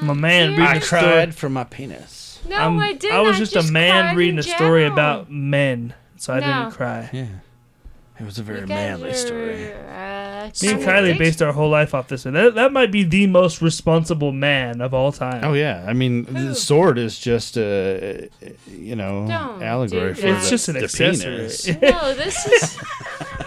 S1: I'm a man.
S3: Tears.
S1: reading
S5: I
S1: a story.
S5: cried for my penis.
S3: Uh-huh. No,
S1: I'm-
S3: I didn't.
S1: I was just, a man
S3: cried
S1: reading
S3: in
S1: a story
S3: general.
S1: about men, so I
S3: No.
S1: didn't cry.
S5: Yeah. It was a very
S3: You guys
S5: manly
S3: are,
S5: story.
S3: uh,
S1: Me and
S3: kinda
S1: Kylie
S3: bitch-
S1: based our whole life off this one. That, that might be the most responsible man of all time.
S5: Oh yeah, I mean, the sword is just a you know
S3: Don't
S5: allegory
S3: do
S5: for
S1: it's
S5: the,
S1: just an
S5: the
S1: accessory.
S5: penis.
S3: No, this is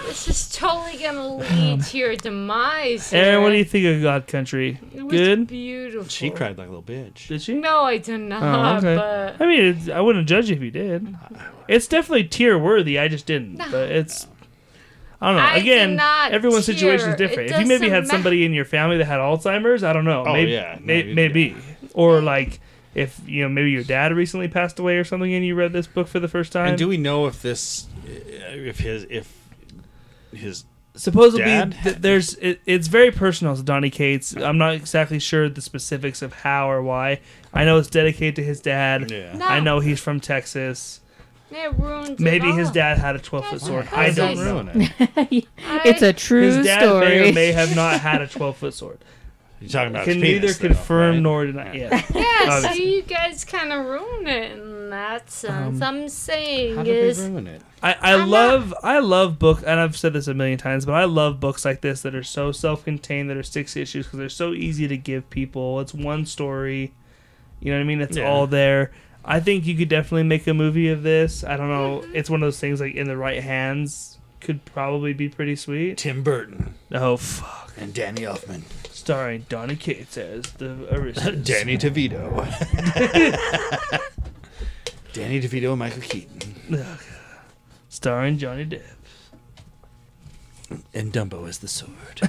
S3: this is totally gonna lead to your demise.
S1: Aaron, what do you
S3: here.
S1: think of God Country?
S3: It was
S1: Good?
S3: Beautiful.
S4: She cried like a little bitch.
S1: Did she?
S3: No, I did not.
S1: Oh, okay.
S3: But
S1: I mean, it's, I wouldn't judge you if you did.
S3: Mm-hmm.
S1: It's definitely tier worthy. I just didn't. But it's. I don't know.
S3: I did
S1: Again,
S3: not
S1: everyone's situation is
S3: tier. It
S1: different. If you maybe
S3: doesn't
S1: had somebody in your family that had Alzheimer's, I don't know.
S4: Oh,
S1: maybe,
S4: yeah. No,
S1: may-
S4: you-
S1: maybe. Or like if you know maybe your dad recently passed away or something, and you read this book for the first time.
S4: And do we know if this, uh, if his, if his
S1: supposedly
S4: Dad?
S1: th- there's it, it's very personal to Donny Cates. I'm not exactly sure the specifics of how or why. I know it's dedicated to his dad.
S4: Yeah.
S3: No.
S1: I know he's from Texas.
S3: it ruins.
S1: Maybe
S3: it
S1: his
S3: all.
S1: dad had a 12 foot
S3: That's
S1: sword.
S3: right.
S1: I
S3: That's
S1: don't
S3: nice.
S1: know.
S4: it.
S3: I-
S2: It's a true
S1: His dad
S2: story.
S1: may or may have not had a 12 foot sword.
S4: [LAUGHS] You're talking about
S1: Can
S4: his penis,
S1: neither
S4: though,
S1: confirm
S4: right?
S1: nor deny.
S3: [LAUGHS]
S1: Yeah.
S3: Yeah,
S1: Obviously.
S3: see, you guys kind of ruin it in that sense. I'm
S4: How
S3: saying
S4: did
S3: is
S4: they ruin it?
S1: I, I
S3: I'm not-
S1: love I love books, and I've said this a million times, but I love books like this that are so self contained, that are six issues because they're so easy to give people. It's one story, you know what I mean? It's
S4: Yeah.
S1: all there. I think you could definitely make a movie of this. I don't know.
S3: Mm-hmm.
S1: It's one of those things like in the right hands could probably be pretty sweet.
S4: Tim Burton
S1: Oh fuck!
S4: and Danny Elfman,
S1: Starring Donny Cates as the Aristos.
S4: [LAUGHS] Danny DeVito, [LAUGHS] Danny DeVito and Michael Keaton,
S1: starring Johnny Depp.
S4: and Dumbo as the sword.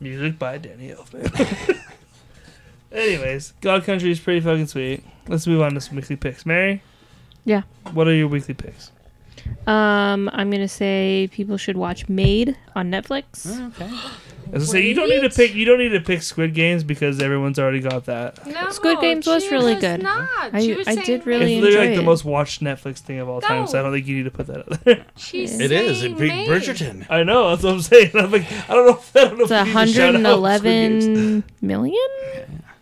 S1: Music by Danny Elfman. [LAUGHS] Anyways, God Country is pretty fucking sweet. Let's move on to some weekly picks. Mary,
S2: Yeah.
S1: what are your weekly picks?
S2: Um, I'm gonna say people should watch Made on Netflix.
S4: okay.
S1: As I say, you don't need to
S3: Wait.
S1: pick. You don't need to pick Squid Games because everyone's already got that.
S3: no,
S2: Squid Games was
S3: she
S2: really good.
S3: Not.
S2: I-
S3: She was
S2: I did
S3: saying
S2: really-
S1: it's literally like
S2: enjoy
S1: the
S2: it.
S1: most watched Netflix thing of all time, so I
S3: No.
S1: don't think you need to put that out there. [LAUGHS]
S3: She's
S4: [GASPS] It is.
S3: saying
S4: It big
S3: me.
S4: Bridgerton.
S1: I know that's what I'm saying. [LAUGHS] I'm like, I don't know. If, I don't know.
S2: It's
S1: if we need to shout out Squid Games.
S2: 111 million.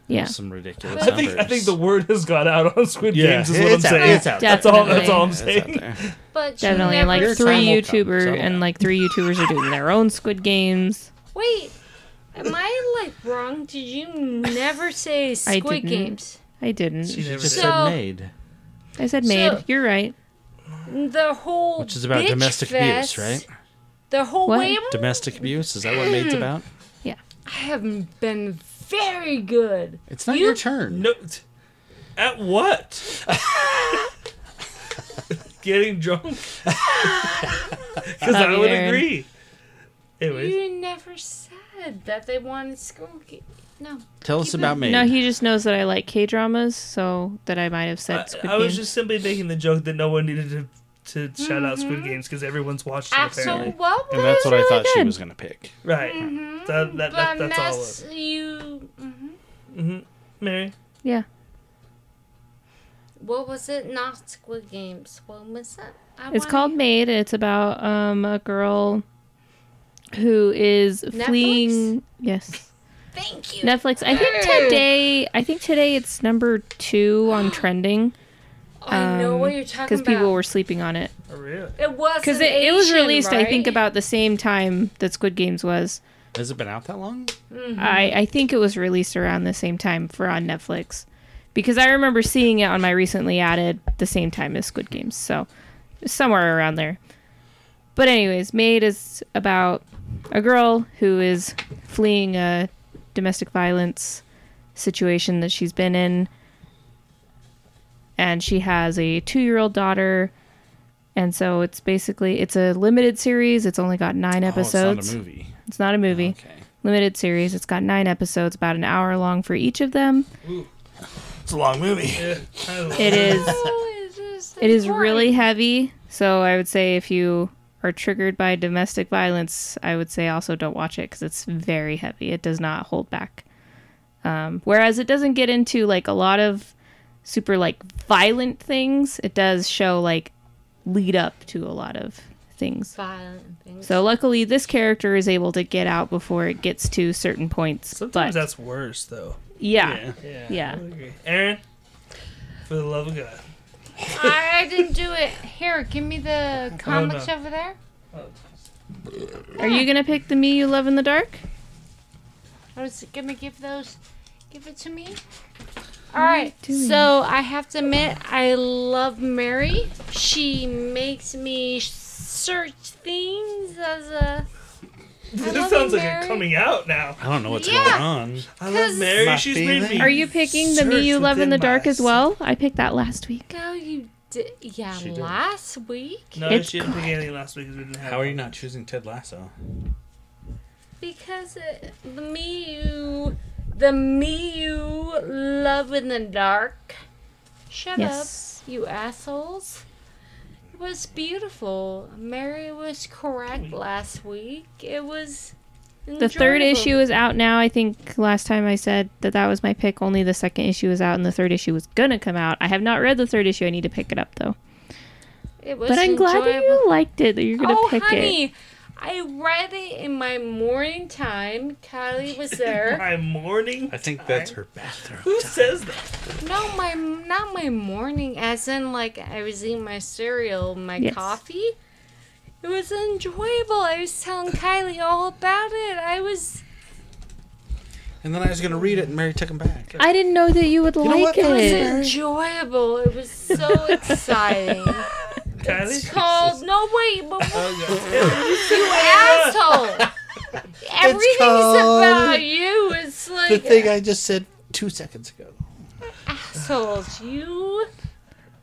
S2: Yeah,
S4: Some ridiculous
S1: I think I think the word has got out on Squid
S4: Yeah,
S1: Games. Is what I'm
S4: it's out-
S1: saying.
S4: it's out.
S1: That's all. That's
S2: Definitely.
S1: all I'm
S4: It's out
S1: saying. [LAUGHS]
S4: there.
S3: But she
S2: definitely. And like
S3: never-
S2: three
S4: Some will come,
S2: YouTuber
S4: some will
S2: and
S4: not.
S2: like three YouTubers are doing their own Squid Games.
S3: Wait, am I like wrong? Did you never
S2: [LAUGHS]
S3: say
S2: I
S3: Squid
S2: didn't.
S3: Games?
S2: I didn't.
S1: She never
S4: just
S1: did.
S3: So-
S4: said made,
S2: I said Made.
S3: So-
S2: You're right.
S3: The whole
S4: which is about
S3: bitch
S4: domestic
S3: fest,
S4: abuse, right?
S3: The whole
S2: What?
S3: way.
S4: Domestic abuse is that what made's about?
S3: I have been very good.
S4: It's not
S3: You-
S4: your turn.
S1: No. t- At what? Getting drunk? Because I would
S2: Aaron.
S1: agree. Anyways,
S3: You never said that they wanted Squid Games. No.
S4: Tell us
S3: Keep it-
S4: about made.
S2: No, he just knows that I like K dramas, so that I might have
S1: I,
S2: said Squid
S1: I was
S2: Games.
S1: just simply making the joke that no one needed to, to shout out Squid Games because everyone's watched it
S3: Absolutely.
S1: apparently.
S3: Well,
S4: and that's what I
S2: really
S4: thought she
S2: good.
S4: was gonna pick.
S1: Right. That, that, that,
S3: Mhm. but
S1: that's all. it
S3: mess
S1: was.
S3: you. hmm
S1: Mm-hmm. Mary,
S2: Yeah,
S3: What was it? Not Squid Games. What was it? I
S2: it's
S3: wanna-
S2: called Made. and It's about um a girl who is fleeing. Yes.
S3: Thank you.
S2: Netflix. I think
S3: Hey.
S2: today. I think today it's number two
S3: [GASPS]
S2: on trending
S3: I know
S2: um,
S3: what you're talking
S2: because
S3: about.
S2: people were sleeping on it.
S1: oh, really?
S3: It was
S2: Because
S3: an
S2: it, it was
S3: Asian,
S2: released, I think,
S3: right?
S2: about the same time that Squid Games was.
S4: Has it been out that long? Oh,
S2: I I think it was released around the same time for on Netflix, because I remember seeing it on my recently added the same time as Squid Games. So somewhere around there. But anyways, Made is about a girl who is fleeing a domestic violence situation that she's been in. And she has a two year old daughter. And so it's basically it's a limited series. It's only got nine
S4: Oh,
S2: episodes.
S4: it's not a movie.
S2: It's not a movie.
S4: Okay.
S2: Limited series. It's got nine episodes, about an hour long for each of them.
S5: It's a long movie.
S2: It is
S3: Oh,
S2: it is really heavy. So I would say if you are triggered by domestic violence, I would say also don't watch it because it's very heavy. It does not hold back. Um, whereas it doesn't get into like a lot of super like violent things, it does show like lead up to a lot of things.
S3: violent things.
S2: So luckily, this character is able to get out before it gets to certain points.
S1: Sometimes
S2: but
S1: that's worse, though.
S2: yeah,
S1: Yeah.
S2: Yeah.
S1: I would agree. Aaron, for the love of God.
S3: I, I didn't do it. Here, give
S1: [LAUGHS]
S3: me the comics over there.
S1: Oh.
S2: are you gonna pick the me you love in the dark?
S3: I was gonna give those. Give it to me. All right. So I have to admit, I love Mary. She makes me search things as a.
S1: This
S3: love
S1: sounds
S3: you,
S1: like
S3: Mary.
S1: a coming out now.
S4: I don't know what's
S3: Yeah.
S4: going on.
S1: I love Mary.
S4: My
S1: She's made me.
S4: feelings.
S2: Are you picking the me
S1: Search
S2: you love
S1: within
S2: in the dark as
S1: myself.
S2: well? I picked that last week.
S3: Go, you. Di- yeah,
S4: She did.
S3: last week
S1: No,
S2: It's
S1: she didn't pick anything last week because we didn't have.
S4: How are you
S1: one.
S4: not choosing Ted Lasso?
S3: because it, the me you, the me you love in the dark. Shut
S2: Yes.
S3: up, you assholes. It was beautiful. Mary was correct last week. It was.
S2: The third
S3: enjoyable.
S2: issue is out now. I think last time I said that that was my pick. Only the second issue was out, and the third issue was gonna come out. I have not read the third issue. I need to pick it up though.
S3: It was
S2: But I'm glad that
S3: enjoyable.
S2: you liked it. That you're gonna
S3: oh,
S2: pick
S3: honey,
S2: it.
S3: I read it in my morning time. Kylie
S1: [LAUGHS]
S3: was there.
S1: My morning.
S4: I think that's her bathroom.
S1: [LAUGHS] Who says that?
S3: no, my not my morning, as in like I was eating my cereal, my
S2: Yes.
S3: coffee. It was enjoyable. I was telling Kylie all about it. I was.
S4: And then I was gonna read it, and Mary took him back.
S2: I didn't know that you would like
S3: It was
S2: it.
S3: enjoyable. It was so exciting.
S1: Kylie?
S3: Called no wait, but you asshole! Everything's about you. It's like
S5: I just said two seconds ago.
S3: assholes. You,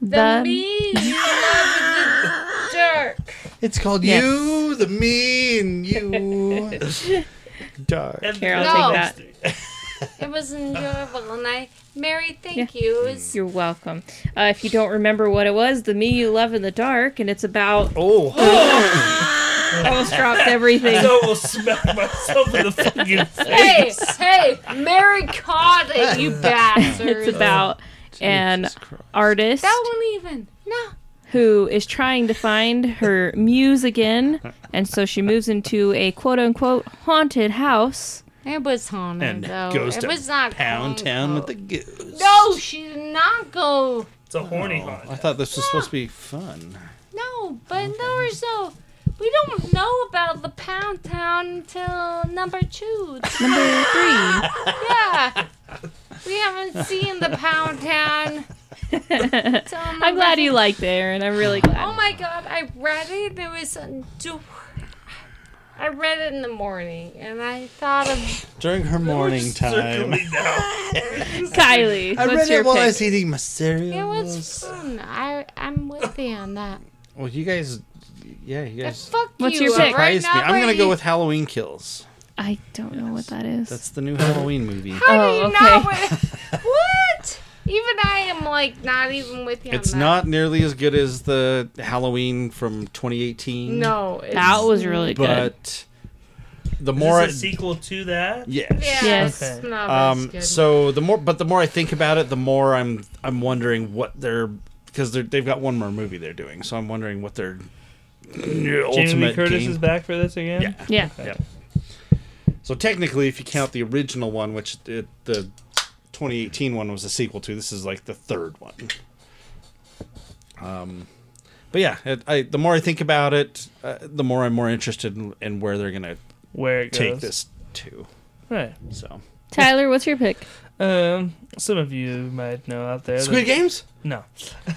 S3: the
S2: The-
S3: me, you love in the dark.
S5: It's called
S2: Yes.
S5: you, the me, and
S3: [LAUGHS]
S5: you. Dark.
S1: And
S2: Here, I'll
S3: No.
S2: take
S1: that.
S3: It was enjoyable, and I, Mary, thank you. It was
S2: You're welcome. Uh, if you don't remember what it was, the me you love in the dark, and it's about
S5: Oh,
S2: I almost dropped
S3: [LAUGHS]
S1: [LAUGHS]
S2: everything.
S1: So I will smack myself in the
S2: [LAUGHS]
S1: fucking face.
S3: hey, hey, Mary caught
S4: [LAUGHS]
S3: it, you bastard.
S2: it's about an artist.
S3: Oh, that one even. No,
S2: who is trying to find her muse again, and so she moves into a quote unquote haunted house.
S3: it was haunted
S4: And
S3: though.
S4: goes
S3: it
S4: to
S3: was not
S4: Pound
S3: quote,
S4: town with the
S3: unquote.
S4: goose.
S3: Oh, No, she did not go.
S1: It's a horny
S4: Oh, I
S1: haunt.
S4: thought this was supposed to be fun.
S3: No, but there was no. We don't know about the Pound Town until number two.
S2: Number three.
S3: Yeah.
S4: [LAUGHS]
S3: We haven't seen the Pound Town. till
S2: I'm
S3: number
S2: glad you liked it, Aaron. I'm really
S3: Oh
S2: glad.
S3: my god, I read it and it was do I read it in the morning and I thought of
S5: during her morning time.
S1: Circling down.
S2: Kylie,
S5: I
S2: what's
S5: read
S2: your
S5: it while I
S2: pick?
S5: was eating my
S3: it
S5: cereal.
S3: was fun. I I'm with you on
S4: [LAUGHS]
S3: that.
S4: Well, you guys, yeah, you
S3: But
S4: guys
S3: fuck
S2: What's
S3: you.
S2: your pick?
S3: Right
S4: surprised
S3: now,
S4: me. I'm gonna
S3: Brady,
S4: go with Halloween Kills.
S2: I don't know what that is.
S5: [LAUGHS]
S4: That's the new Halloween movie.
S3: How do
S2: Oh,
S3: you
S2: okay. [LAUGHS]
S3: not with- what? Even I am like not even with you.
S4: It's
S3: on that.
S4: not nearly as good as the Halloween from 2018.
S3: No, it's,
S2: that was really good.
S4: but the more
S1: Is this a sequel to that?
S4: yes.
S3: yeah,
S2: Yes.
S3: it's
S1: Okay.
S3: not as
S4: Um,
S3: good.
S4: so the more, but the more I think about it, the more I'm I'm wondering what they're because they're, they've got one more movie they're doing, so I'm wondering what their
S1: Jamie Lee
S4: ultimate
S1: Curtis
S4: game.
S1: is back for this again.
S4: Yeah.
S2: Yeah.
S4: So technically, if you count the original one, which it, the 2018 one was a sequel to, this is like the third one. Um, but yeah, it, I, the more I think about it, uh, the more I'm more interested in, in where they're gonna
S1: Where it goes.
S4: take this to.
S1: Right.
S4: So
S2: Tyler, what's your pick?
S1: Um, some of you might know out there.
S6: Squid
S1: that-
S6: Games?
S4: [LAUGHS]
S1: No.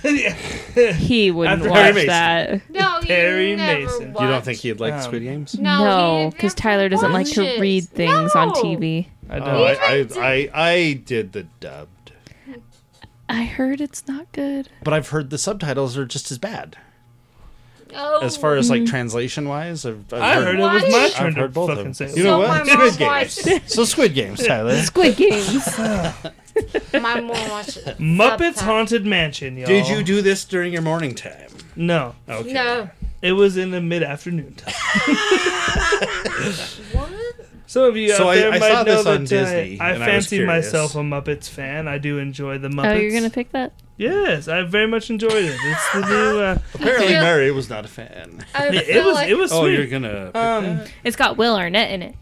S2: He wouldn't
S1: After
S2: watch
S1: Perry Mason.
S2: that.
S3: No,
S1: Perry
S3: you never
S1: Mason.
S4: You don't
S3: watched-
S4: think he'd like
S1: Um,
S4: Squid Games?
S3: No,
S2: No,
S3: he
S2: because
S3: never
S2: Tyler doesn't like to
S3: watches.
S2: read things on
S3: No.
S2: TV.
S1: I don't.
S4: Oh, I, I, I, I did the dubbed,
S2: I heard it's not good.
S4: but I've heard the subtitles are just as bad.
S3: No.
S4: As far as like
S3: Mm-hmm.
S4: translation wise, I've, I've
S1: I heard it was
S3: What?
S1: my
S3: I've
S1: turn to
S4: heard both of
S1: fucking
S4: them.
S1: say.
S4: You
S1: it.
S4: know
S3: so
S4: what?
S3: My
S4: Squid
S3: mom
S4: Games. [LAUGHS]
S3: watches.
S4: so Squid Games, Tyler.
S2: Squid Games.
S3: my mom
S4: [LAUGHS]
S3: watches.
S1: Muppets
S3: Subtitle.
S1: Haunted Mansion, y'all.
S6: Did
S4: Oh.
S6: you do this during your morning time?
S1: No,
S6: Okay.
S3: No.
S1: it was in the mid-afternoon time.
S3: What?
S1: Some of you
S4: So
S1: out
S4: I-
S1: there
S4: I
S1: might
S4: saw
S1: know
S4: this
S1: that
S4: on
S1: uh,
S4: Disney,
S1: I
S4: and I was
S1: fancy
S4: curious.
S1: myself a Muppets fan. I do enjoy the Muppets.
S2: Oh, you're gonna pick that?
S1: Yes, I very much enjoyed it. It's the new. Uh,
S4: Apparently,
S3: Yeah.
S4: Mary was not a fan.
S3: [LAUGHS] I
S1: it, it
S3: feel
S1: was.
S3: like,
S1: It was
S5: Oh, you're
S1: sweet.
S5: gonna.
S1: um,
S2: It's got Will Arnett in it.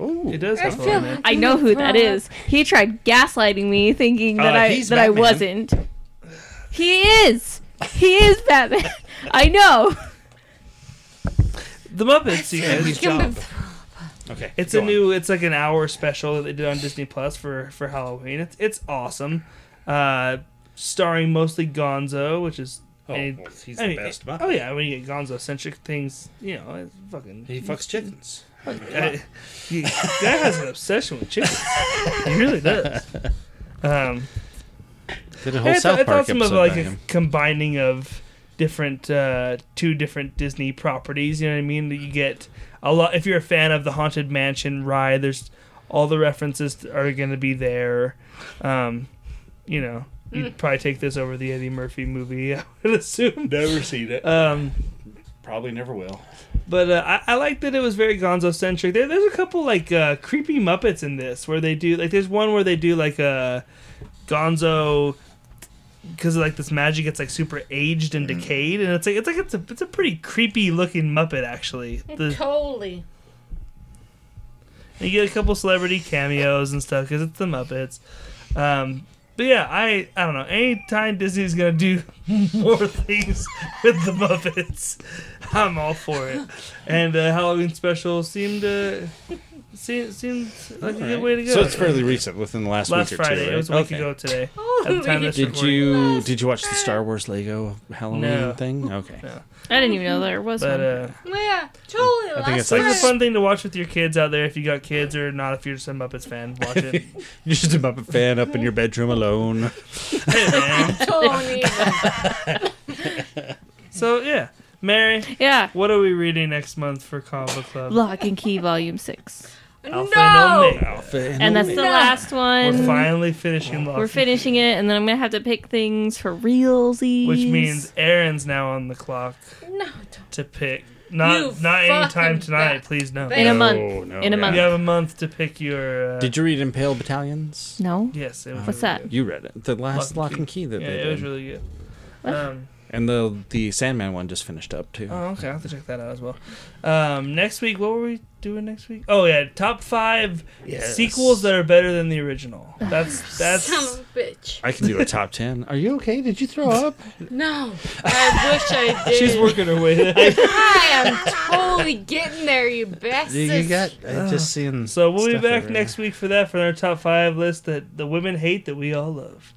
S1: it does
S3: I
S1: have
S3: feel
S1: fun.
S3: like
S2: I know who [LAUGHS] that is. He tried gaslighting me, thinking that
S4: Uh,
S2: I
S4: he's
S2: that I
S4: Batman.
S2: wasn't. He is. He is Batman. [LAUGHS] I know.
S1: The Muppets, you guys.
S3: Give me-
S4: Okay,
S1: It's
S4: go
S1: a
S4: on.
S1: new. It's like an hour special that they did on Disney Plus for for Halloween. It's it's awesome. Uh, starring mostly Gonzo, which is.
S4: Oh,
S1: a-
S4: well, he's
S1: I
S4: the
S1: mean,
S4: best.
S1: Oh yeah, when you get Gonzo centric things, you know, it's fucking.
S4: He fucks chickens.
S1: I, he, that has an obsession with chickens. he really
S4: [LAUGHS]
S1: does. Um,
S4: Did a
S1: Yeah,
S4: whole
S1: it's,
S4: South
S1: it's
S4: Park
S1: awesome of
S4: episode
S1: like
S4: by
S1: a
S4: him.
S1: combining of different uh, two different Disney properties. You know what I mean? That you get a lot if you're a fan of the Haunted Mansion ride. There's all the references are going to be there. Um, you know, you'd probably take this over the Eddie Murphy movie. [LAUGHS] I would assume.
S4: [LAUGHS] Never seen it.
S1: Um,
S4: Probably never will.
S1: but uh, I, I like that it was very Gonzo centric. There, there's a couple like uh, creepy Muppets in this where they do like there's one where they do like a Gonzo because like this magic gets like super aged and decayed and it's like it's like it's a it's a pretty creepy looking Muppet actually. The-
S3: Totally.
S1: and you get a couple celebrity cameos and stuff because it's the Muppets. Um, but yeah, I I don't know. Anytime Disney's gonna do [LAUGHS] more things with the Muppets, I'm all for it. And uh, Halloween special seemed uh, seemed, seemed like a good way to go.
S4: So it's fairly recent, within the last,
S1: last
S4: week or
S1: Friday.
S4: two. Right?
S1: It was a week
S4: Okay.
S1: ago today.
S3: Oh,
S1: At the time this
S4: Did
S1: recording.
S4: you did you watch the
S2: Uh,
S4: Star Wars Lego Halloween
S1: No.
S4: thing? Okay.
S2: I didn't even know there was
S1: But
S2: one.
S4: [LAUGHS]
S1: uh,
S3: yeah, totally.
S4: think
S3: last
S4: it's like-
S1: it's a
S3: night.
S1: fun thing to watch with your kids out there if you got kids or not. If you're just a Muppets fan, watch
S4: [LAUGHS]
S1: it.
S4: You're just a Muppet fan up in your bedroom alone.
S1: Hey, man.
S3: Tony.
S1: So yeah, Mary,
S2: yeah.
S1: what are we reading next month for Combo Club?
S2: Lock and Key Volume Six,
S1: Alpha
S3: [LAUGHS] No!
S1: and Omega.
S2: and that's the last one.
S1: We're finally finishing Lost,
S2: We're finishing it, and then I'm gonna have to pick things for realsies.
S1: which means Aaron's now on the clock
S3: no, don't.
S1: to pick. Not
S3: You
S1: not any time
S3: fucking
S1: tonight,
S3: ba-
S1: please no.
S2: in a month.
S4: No, no,
S2: in a
S4: yeah.
S2: month.
S1: You have a month to pick your. Uh,
S4: Did you read Impale Battalions?
S2: No.
S1: Yes. It was really
S2: What's that?
S1: good.
S4: You read it. The last
S1: Lock
S4: Lock,
S1: and
S4: and Key that
S1: Yeah,
S4: they
S1: it
S4: did.
S1: was really good.
S2: What?
S1: Um,
S4: and the the Sandman one just finished up too.
S1: oh, okay. I will have to check that out as well. Um, next week, what were we doing next week? Oh yeah, top five
S4: Yes.
S1: sequels that are better than the original. That's
S3: Son
S1: that's.
S3: of a bitch.
S4: I can do a top ten. Are you okay? Did you throw up?
S2: [LAUGHS]
S3: No.
S1: [LAUGHS]
S3: I wish I did.
S1: She's working her [LAUGHS] way. Up.
S3: I am totally getting there, you bastard.
S2: uh,
S4: I just seeing.
S1: So we'll be back next week for that for our top five list that the women hate that we all love.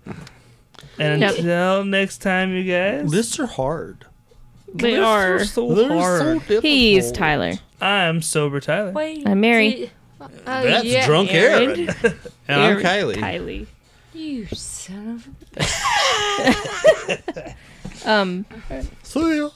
S1: And
S2: Yep.
S1: until next time, you guys.
S4: Lists are hard.
S2: They are.
S1: so
S4: They're so
S1: hard.
S4: difficult.
S2: He's Tyler.
S1: I'm sober, Tyler.
S3: Wait.
S2: I'm Mary.
S3: Oh,
S4: That's
S3: yeah,
S4: drunk
S3: Aaron.
S4: Aaron. and I'm
S2: Aaron-
S4: Kylie.
S2: Kylie.
S3: You son of a
S2: Um.
S4: See ya.